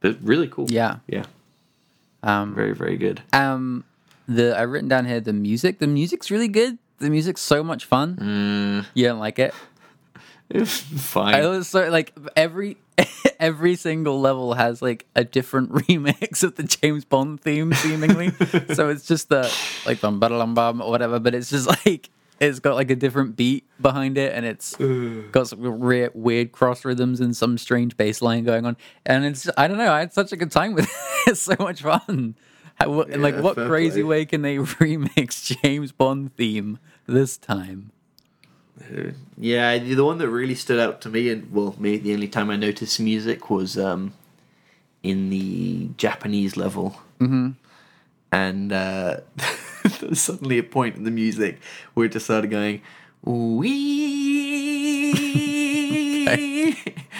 Speaker 2: but really cool.
Speaker 1: Yeah.
Speaker 2: Yeah.
Speaker 1: Um,
Speaker 2: Very, very good.
Speaker 1: um, the I've written down here the
Speaker 2: mm.
Speaker 1: music. The music's really good. The music's so much fun. You don't like it?
Speaker 2: Fine.
Speaker 1: I was so like every every single level has like a different remix of the James Bond theme, seemingly. so it's just the like bum bum bum or whatever, but it's just like it's got like a different beat behind it, and it's got some weird, weird cross rhythms and some strange bass line going on. And it's I don't know, I had such a good time with it. It's so much fun. How, what, like
Speaker 2: Yeah,
Speaker 1: what
Speaker 2: fair
Speaker 1: crazy
Speaker 2: play.
Speaker 1: way can they remix James Bond theme this time?
Speaker 2: Yeah, the the one that really stood out to me, and well, maybe the only time I noticed music was um, in the Japanese level. Mm-hmm. And uh, there was suddenly a point in the music where it just started going, wee.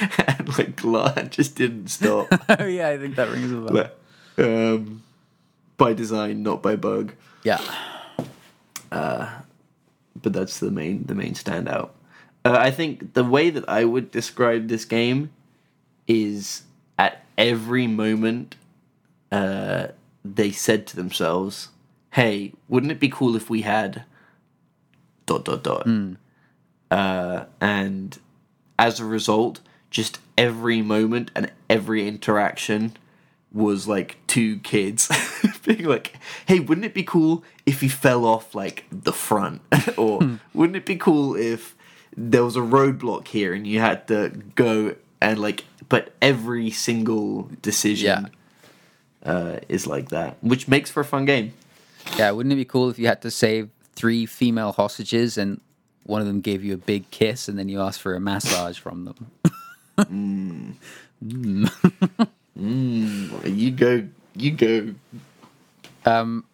Speaker 2: and like, gla- just didn't stop.
Speaker 1: oh yeah, I think that rings a bell.
Speaker 2: But, um, by design, not by bug.
Speaker 1: Yeah.
Speaker 2: but that's the main the main standout. Uh, I think the way that I would describe this game is at every moment uh, they said to themselves, "Hey, wouldn't it be cool if we had dot dot dot?" Uh, and as a result, just every moment and every interaction was like two kids being like, "Hey, wouldn't it be cool if he fell off like the front?" or "Wouldn't it be cool if there was a roadblock here and you had to go and like?" But every single decision uh, is like that, which makes for a fun game.
Speaker 1: Yeah, wouldn't it be cool if you had to save three female hostages and one of them gave you a big kiss and then you asked for a massage from them?
Speaker 2: You go, you go. Um,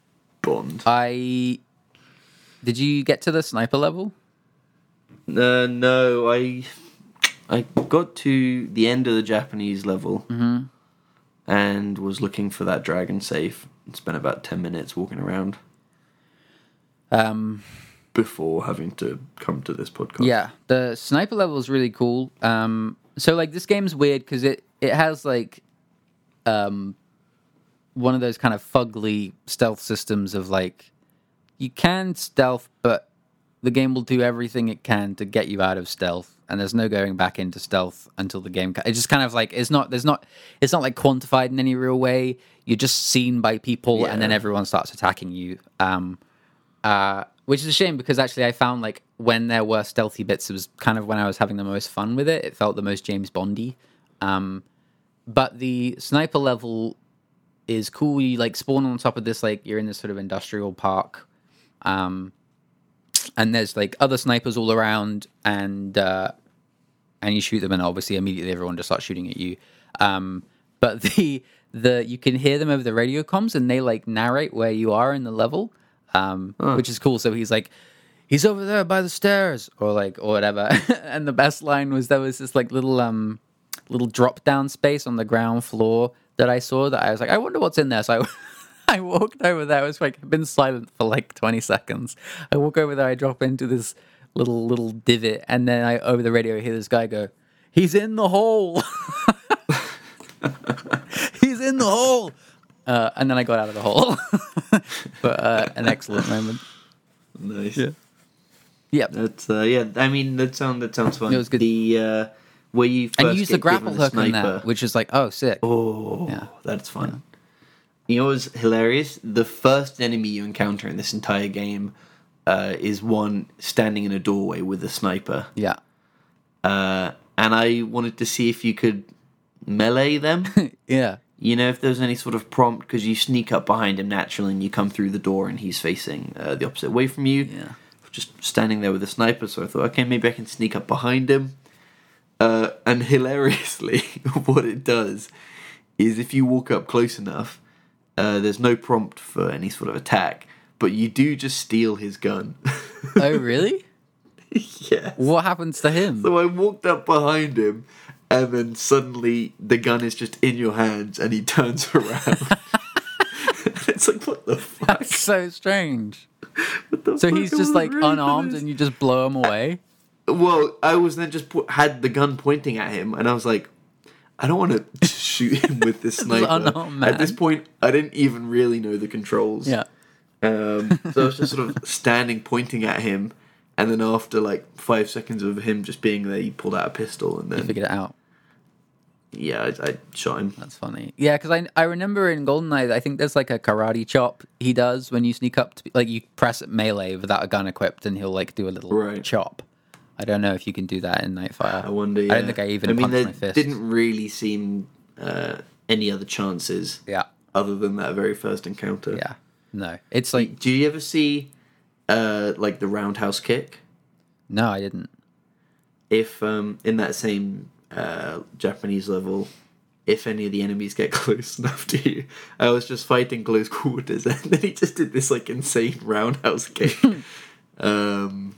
Speaker 2: Bond.
Speaker 1: I did you get to the sniper level?
Speaker 2: Uh, no, I I got to the end of the Japanese level
Speaker 1: Mm-hmm.
Speaker 2: and was looking for that dragon safe. and Spent about ten minutes walking around
Speaker 1: Um,
Speaker 2: before having to come to this podcast.
Speaker 1: yeah, the sniper level is really cool. Um, so like this game's weird because it it has like um one of those kind of fugly stealth systems of like you can stealth, but the game will do everything it can to get you out of stealth, and there's no going back into stealth until the game. It's just kind of like it's not. There's not. It's not like quantified in any real way. You're just seen by people, and then
Speaker 2: Yeah.
Speaker 1: everyone starts attacking you. Um, uh, which is a shame because actually I found like when there were stealthy bits, it was kind of when I was having the most fun with it. It felt the most James Bondy. Um, but the sniper level is cool. You like spawn on top of this, like you're in this sort of industrial park, um, and there's like other snipers all around, and uh, and you shoot them, and obviously immediately everyone just starts shooting at you. Um, but the the you can hear them over the radio comms, and they like narrate where you are in the level, um, which is cool. So he's like. He's over there by the stairs, or like, or whatever. and the best line was there was this like little um, little drop down space on the ground floor that I saw that I was like, I wonder what's in there. So I, I walked over there. I was like, I've been silent for like 20 seconds. I walk over there, I drop into this little, little divot. And then I, over the radio, I hear this guy go, He's in the hole. He's in the hole. Uh, and then I got out of the hole. but uh, an excellent moment.
Speaker 2: nice. Yeah.
Speaker 1: Yep.
Speaker 2: That's uh, yeah. I mean, that sound that sounds fun.
Speaker 1: It was good.
Speaker 2: The uh, where you first
Speaker 1: And use the
Speaker 2: get given
Speaker 1: grapple hook in
Speaker 2: sniper.
Speaker 1: that, which is like, oh, sick.
Speaker 2: Oh,
Speaker 1: Yeah.
Speaker 2: that's fun. You know what's hilarious? The first enemy you encounter in this entire game uh, is one standing in a doorway with a sniper.
Speaker 1: Yeah.
Speaker 2: Uh, and I wanted to see if you could melee them.
Speaker 1: Yeah.
Speaker 2: you know, if there's any sort of prompt, because you sneak up behind him naturally and you come through the door and he's facing uh, the opposite way from you.
Speaker 1: Yeah.
Speaker 2: Just standing there with a sniper, so I thought, okay, maybe I can sneak up behind him. Uh, and hilariously, what it does is if you walk up close enough, uh, there's no prompt for any sort of attack, but you do just steal his gun.
Speaker 1: Oh, really?
Speaker 2: yeah.
Speaker 1: What happens to him?
Speaker 2: So I walked up behind him, and then suddenly the gun is just in your hands, and he turns around. it's like, what the fuck?
Speaker 1: That's so strange.
Speaker 2: What the
Speaker 1: So
Speaker 2: fuck?
Speaker 1: he's
Speaker 2: I
Speaker 1: just
Speaker 2: wasn't
Speaker 1: like
Speaker 2: ready for
Speaker 1: unarmed
Speaker 2: this.
Speaker 1: and you just blow him away?
Speaker 2: Well, I was then just po- had the gun pointing at him, and I was like, I don't want to shoot him with this
Speaker 1: is
Speaker 2: sniper.
Speaker 1: unarmed
Speaker 2: At this
Speaker 1: man.
Speaker 2: point, I didn't even really know the controls.
Speaker 1: Yeah.
Speaker 2: Um, so I was just sort of standing, pointing at him, And then after like five seconds of him just being there, he pulled out a pistol and then
Speaker 1: Figured it out.
Speaker 2: yeah, I, I shot him.
Speaker 1: That's funny. Yeah, because I, I remember in Goldeneye, I think there's like a karate chop he does when you sneak up to like you press melee without a gun equipped, and he'll like do a little
Speaker 2: Right. Oh.
Speaker 1: chop. I don't know if you can do that in Nightfire.
Speaker 2: I wonder. Yeah.
Speaker 1: I don't think I even
Speaker 2: I mean,
Speaker 1: punched
Speaker 2: there
Speaker 1: my fist.
Speaker 2: didn't really seem uh, any other chances.
Speaker 1: Yeah,
Speaker 2: Other than that very first encounter.
Speaker 1: yeah. No, it's like
Speaker 2: Do you ever see, uh, like the roundhouse kick?
Speaker 1: no, I didn't.
Speaker 2: if um, in that same uh, Japanese level, if any of the enemies get close enough to you, I was just fighting close quarters, and then he just did this like insane roundhouse kick, um,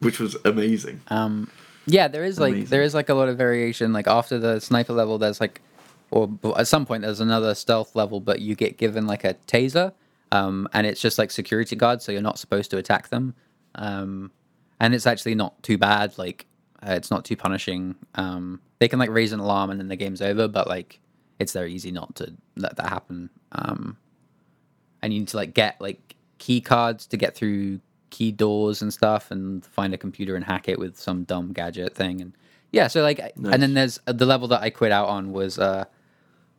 Speaker 2: which was amazing.
Speaker 1: Um, yeah, there is like
Speaker 2: Amazing.
Speaker 1: there is like a lot of variation. Like after the sniper level, there's like, or b- at some point there's another stealth level, but you get given like a taser, um, and it's just like security guards, so you're not supposed to attack them. Um, and it's actually not too bad. Like uh, it's not too punishing. Um, they can like raise an alarm and then the game's over, but like it's very easy not to let that happen. Um, and you need to like get like key cards to get through key doors and stuff and find a computer and hack it with some dumb gadget thing and yeah so like and then there's uh, the level that i quit out on was uh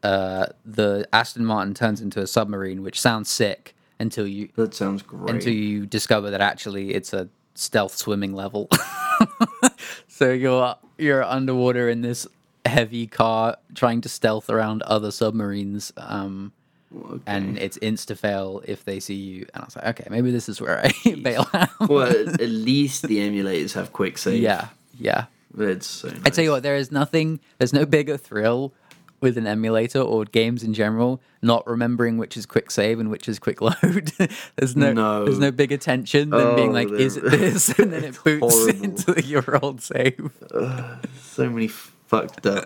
Speaker 1: uh the aston martin turns into a submarine which sounds sick until you
Speaker 2: That sounds great.
Speaker 1: until you discover that actually it's a stealth swimming level. so you're you're underwater in this heavy car trying to stealth around other submarines, um, and it's insta fail if they see you. And I was like, okay, maybe this is where I bail out.
Speaker 2: well, at at least the emulators have quick save.
Speaker 1: yeah, yeah.
Speaker 2: it's so. Nice.
Speaker 1: I tell you what, there is nothing, there's no bigger thrill with an emulator or games in general, not remembering which is quick save and which is quick load. there's no,
Speaker 2: No.
Speaker 1: there's no bigger tension than being
Speaker 2: Oh,
Speaker 1: like,
Speaker 2: there-
Speaker 1: is it this? And then it
Speaker 2: It's
Speaker 1: boots
Speaker 2: horrible.
Speaker 1: into your old save.
Speaker 2: so many fucked up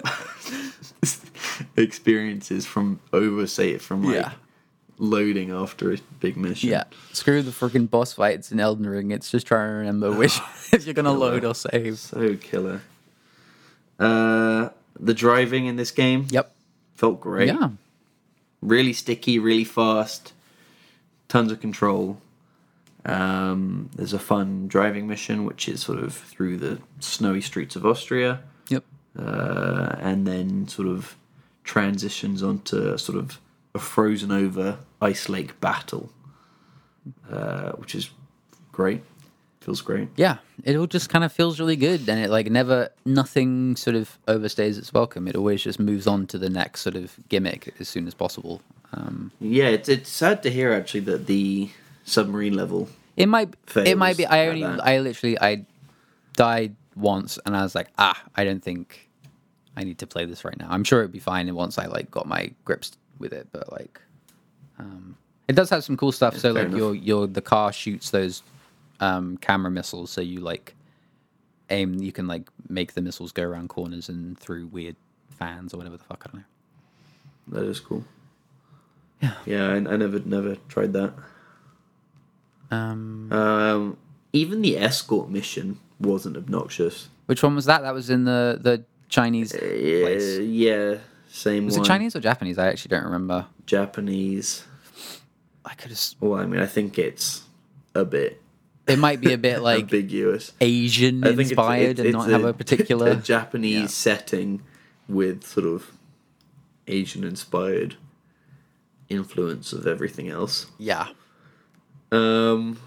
Speaker 2: experiences from oversave from like
Speaker 1: Yeah.
Speaker 2: loading after a big mission.
Speaker 1: Yeah. Screw the freaking boss fights in Elden Ring. It's just trying to remember which if you're gonna load or save.
Speaker 2: So killer. Uh, the driving in this game
Speaker 1: Yep.
Speaker 2: felt great.
Speaker 1: Yeah.
Speaker 2: Really sticky, really fast, tons of control. Um, there's a fun driving mission, which is sort of through the snowy streets of Austria,
Speaker 1: Yep.
Speaker 2: uh, and then sort of transitions onto sort of a frozen over ice lake battle, uh, which is great. Feels great.
Speaker 1: Yeah. It all just kind of feels really good and it like never nothing sort of overstays its welcome. It always just moves on to the next sort of gimmick as soon as possible. Um
Speaker 2: Yeah, it's it's sad to hear actually that the submarine level.
Speaker 1: It might. It might be.
Speaker 2: fails
Speaker 1: I
Speaker 2: at
Speaker 1: only.
Speaker 2: that.
Speaker 1: I literally. I died once, and I was like, ah, I don't think I need to play this right now. I'm sure it'd be fine once I like got my grips with it, but like, um, it does have some cool stuff. so
Speaker 2: fair
Speaker 1: like,
Speaker 2: enough.
Speaker 1: your your the car shoots those um camera missiles, so you like aim. You can like make the missiles go around corners and through weird fans or whatever the fuck I don't know.
Speaker 2: That is cool. Yeah. Yeah, I, I never never tried that.
Speaker 1: Um,
Speaker 2: Um, even the escort mission wasn't obnoxious.
Speaker 1: which one was that? That was in the the Chinese
Speaker 2: Uh,
Speaker 1: place.
Speaker 2: yeah, same
Speaker 1: Was
Speaker 2: one.
Speaker 1: it Chinese or Japanese? I actually don't remember.
Speaker 2: Japanese.
Speaker 1: I could have.
Speaker 2: Well, I mean, I think it's a bit
Speaker 1: It might be a bit like
Speaker 2: ambiguous.
Speaker 1: Asian
Speaker 2: I think it's-
Speaker 1: inspired
Speaker 2: it's-
Speaker 1: and
Speaker 2: it's
Speaker 1: not have a particular.
Speaker 2: a Japanese setting with sort of Asian inspired influence of everything else.
Speaker 1: yeah.
Speaker 2: Um,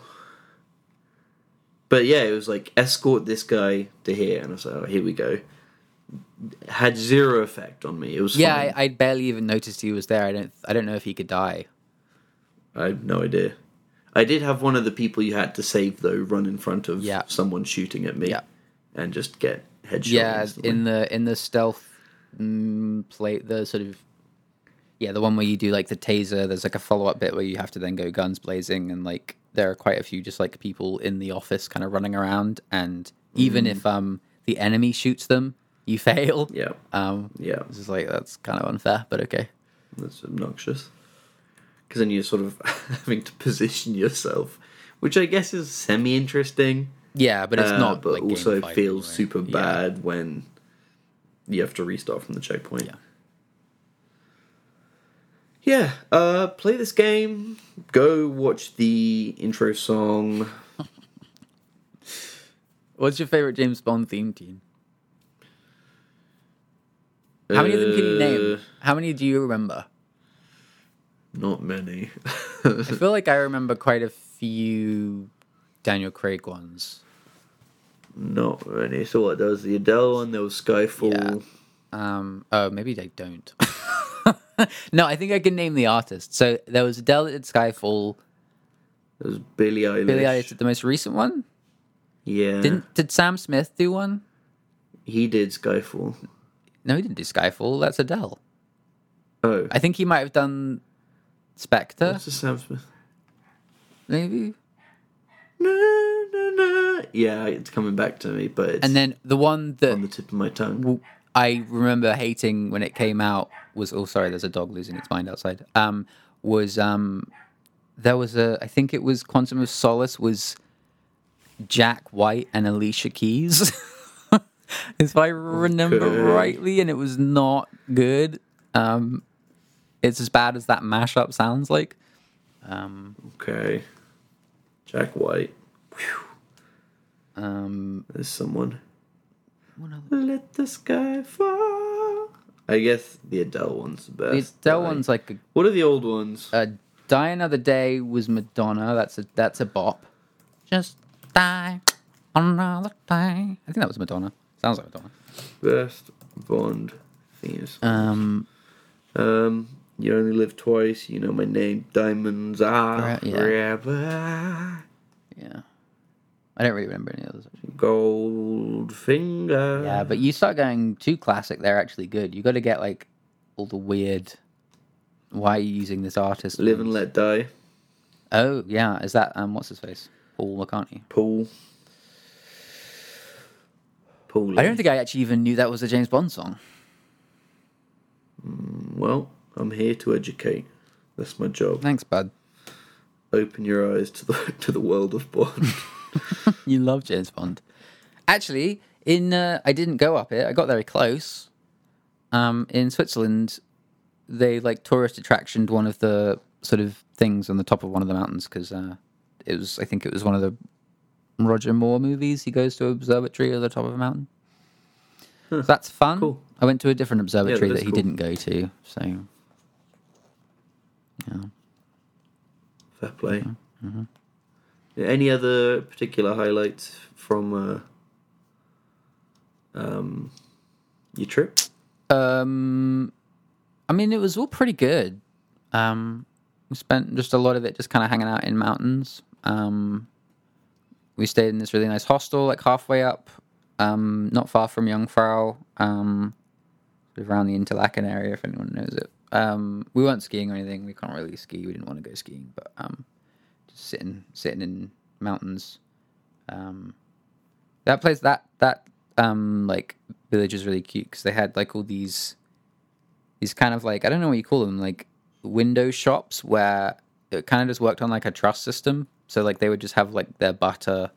Speaker 2: but yeah, it was like escort this guy to here, and I was like, oh, here we go. Had zero effect on me. It was
Speaker 1: Yeah,
Speaker 2: fine.
Speaker 1: I, I barely even noticed he was there. I don't. I don't know if he could die.
Speaker 2: I, had no idea. I did have one of the people you had to save though run in front of
Speaker 1: Yeah.
Speaker 2: someone shooting at me,
Speaker 1: Yeah.
Speaker 2: and just get headshot.
Speaker 1: yeah,
Speaker 2: instantly.
Speaker 1: in the in the stealth mm, play, the sort of yeah, the one where you do like the taser. There's like a follow up bit where you have to then go guns blazing, and like there are quite a few just like people in the office kind of running around, and even if um the enemy shoots them, you fail.
Speaker 2: Mm. yeah,
Speaker 1: Um,
Speaker 2: yeah,
Speaker 1: it's just like that's kind of unfair, but okay.
Speaker 2: that's obnoxious. Because then you're sort of having to position yourself, which I guess is semi interesting.
Speaker 1: Yeah, but it's
Speaker 2: Uh,
Speaker 1: not.
Speaker 2: but
Speaker 1: like,
Speaker 2: also
Speaker 1: gamified in a
Speaker 2: feels
Speaker 1: way.
Speaker 2: super
Speaker 1: Yeah.
Speaker 2: bad when you have to restart from the checkpoint.
Speaker 1: Yeah.
Speaker 2: Yeah, uh, play this game. Go watch the intro song.
Speaker 1: What's your favorite James Bond theme tune? How many of them can you name? How many do you remember?
Speaker 2: Not many.
Speaker 1: I feel like I remember quite a few Daniel Craig ones.
Speaker 2: Not many. So what? There was the Adele one. There was Skyfall.
Speaker 1: Um, oh, maybe they don't. no, I think I can name the artist. So there was Adele at Skyfall.
Speaker 2: There was Billie Eilish.
Speaker 1: Billie Eilish did the most recent one.
Speaker 2: Yeah.
Speaker 1: Didn't did Sam Smith do one?
Speaker 2: He did Skyfall.
Speaker 1: No, he didn't do Skyfall. That's Adele.
Speaker 2: Oh.
Speaker 1: I think he might have done Spectre,
Speaker 2: That's a Sam Smith.
Speaker 1: maybe.
Speaker 2: Na, na, na. Yeah, it's coming back to me, but it's
Speaker 1: And then the one
Speaker 2: on the
Speaker 1: that
Speaker 2: tip of my tongue.
Speaker 1: w- I remember hating when it came out was oh sorry, there's a dog losing its mind outside. Um, was um, there was a I think it was Quantum of Solace was Jack White and Alicia Keys, if I remember
Speaker 2: Okay.
Speaker 1: rightly, and it was not good. Um, it's as bad as that mashup sounds like. Um,
Speaker 2: Okay. Jack White.
Speaker 1: um,
Speaker 2: There's someone.
Speaker 1: what other-
Speaker 2: Let the sky fall. I guess the Adele one's the
Speaker 1: the
Speaker 2: best.
Speaker 1: Adele
Speaker 2: but I-
Speaker 1: one's like a
Speaker 2: What are the old ones?
Speaker 1: uh, "Die Another Day" was Madonna. That's a that's a bop. Just die another day. I think that was Madonna. Sounds like Madonna.
Speaker 2: best Bond themes.
Speaker 1: Um,
Speaker 2: Um, you only live twice. You know my name. Diamonds are
Speaker 1: Right, yeah.
Speaker 2: forever.
Speaker 1: yeah. I don't really remember any others. Actually.
Speaker 2: Gold finger.
Speaker 1: Yeah, but you start going too classic. They're actually good. You got to get like all the weird. Why are you using this artist?
Speaker 2: live and
Speaker 1: ones.
Speaker 2: let die.
Speaker 1: Oh yeah, is that um what's his face? Paul McCartney.
Speaker 2: Paul. Paul.
Speaker 1: I don't think I actually even knew that was a James Bond song.
Speaker 2: Well, I'm here to educate. That's my job.
Speaker 1: Thanks, bud.
Speaker 2: Open your eyes to the to the world of Bond.
Speaker 1: You love James Bond. Actually, in uh, I didn't go up it. I got very close. Um, in Switzerland, they like tourist attractioned one of the sort of things on the top of one of the mountains because uh, it was I think it was one of the Roger Moore movies. He goes to an observatory at the top of a mountain. So that's fun.
Speaker 2: Cool.
Speaker 1: I went to a different observatory
Speaker 2: is
Speaker 1: that he
Speaker 2: cool.
Speaker 1: didn't go to. So
Speaker 2: Fair play.
Speaker 1: Mm-hmm.
Speaker 2: Yeah, Any other particular highlights from uh, um, your trip?
Speaker 1: Um, I mean, it was all pretty good. Um, we spent just a lot of it just kind of hanging out in mountains. Um, we stayed in this really nice hostel, like halfway up, um, not far from Jungfrau, um, sort of around the Interlaken area, if anyone knows it. Um, we weren't skiing or anything. We can't really ski. We didn't want to go skiing, but um, just sitting, sitting in mountains. Um, that place, that that um like village is really cute because they had like all these, these kind of like I don't know what you call them, like window shops where it kind of just worked on like a trust system. So like they would just have like their butter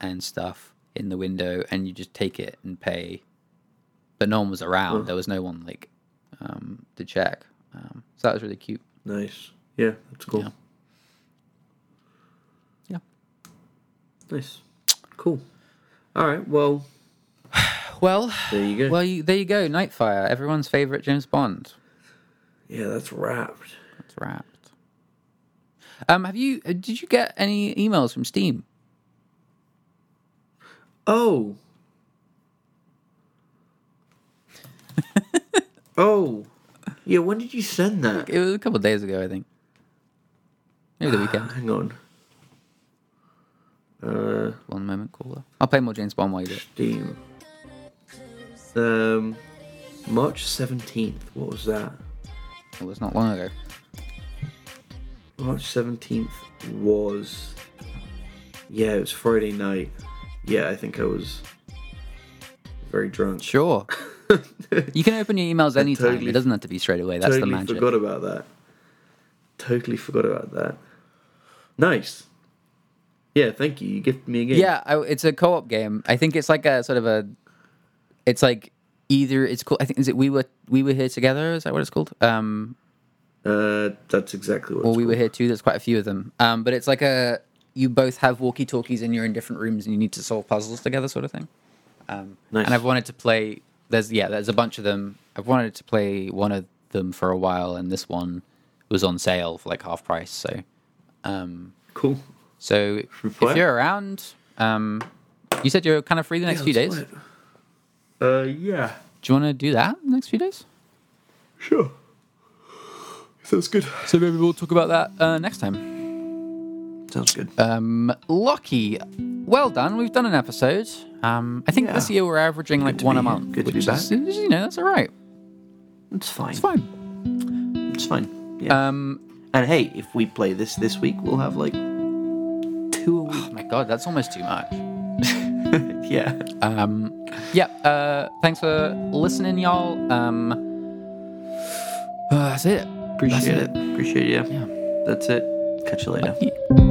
Speaker 1: and stuff in the window, and you just take it and pay. But no one was around. There was no one like um, to check. Um, so that was really cute.
Speaker 2: Nice. Yeah, that's cool.
Speaker 1: Yeah. Yeah.
Speaker 2: Nice. Cool. All right. Well,
Speaker 1: Well,
Speaker 2: there you go.
Speaker 1: well, you, there you go. Nightfire, everyone's favorite James Bond.
Speaker 2: yeah, that's wrapped.
Speaker 1: It's wrapped. Um, have you? uh, Did you get any emails from Steam?
Speaker 2: Oh. oh. Yeah, when did you send that?
Speaker 1: It was a couple of days ago, I think. Maybe the weekend.
Speaker 2: Ah, Hang on. Uh,
Speaker 1: One moment, caller. I'll play more James Bond while you do it.
Speaker 2: Steam. Um, March 17th. What was that?
Speaker 1: It was not long ago.
Speaker 2: March 17th was. Yeah, it was Friday night. Yeah, I think I was very drunk.
Speaker 1: Sure. you can open your emails anytime.
Speaker 2: totally-
Speaker 1: it doesn't have to be straight away. That's
Speaker 2: totally
Speaker 1: the magic.
Speaker 2: forgot about that. Totally forgot about that. Nice. Yeah, thank you. You gifted me a game.
Speaker 1: Yeah, I, it's a co-op game. I think it's like a sort of a. It's like either it's called. I think is it we were we were here together. Is that what it's called? Um,
Speaker 2: Uh, that's exactly what.
Speaker 1: or
Speaker 2: it's
Speaker 1: we were here too. There's quite a few of them. Um, but it's like a you both have walkie talkies and you're in different rooms and you need to solve puzzles together, sort of thing. Um,
Speaker 2: Nice.
Speaker 1: And I've wanted to play. There's yeah, there's a bunch of them. I've wanted to play one of them for a while, and this one was on sale for like half price. So, um,
Speaker 2: Cool.
Speaker 1: so
Speaker 2: Fire.
Speaker 1: if you're around, um, you said you're kind of free the next few days.
Speaker 2: Uh, yeah.
Speaker 1: Do you want to do that in the next few days?
Speaker 2: Sure. Sounds good.
Speaker 1: So maybe we'll talk about that uh, next time.
Speaker 2: Sounds good.
Speaker 1: Um, Lockie, well done. We've done an episode. Um, I think this
Speaker 2: Yeah.
Speaker 1: year we're averaging like
Speaker 2: to
Speaker 1: one
Speaker 2: be
Speaker 1: a
Speaker 2: here.
Speaker 1: month,
Speaker 2: Good to be
Speaker 1: which is,
Speaker 2: back.
Speaker 1: is, you know that's all right.
Speaker 2: it's fine.
Speaker 1: It's fine.
Speaker 2: It's fine. Yeah.
Speaker 1: Um,
Speaker 2: and hey, if we play this this week, we'll have like two a
Speaker 1: oh
Speaker 2: week.
Speaker 1: my god, that's almost too much.
Speaker 2: yeah.
Speaker 1: Um, yeah. Uh, thanks for listening, y'all. Um, uh, that's it.
Speaker 2: Appreciate
Speaker 1: That's
Speaker 2: it. Appreciate it. Yeah. That's it. Catch you later.
Speaker 1: it.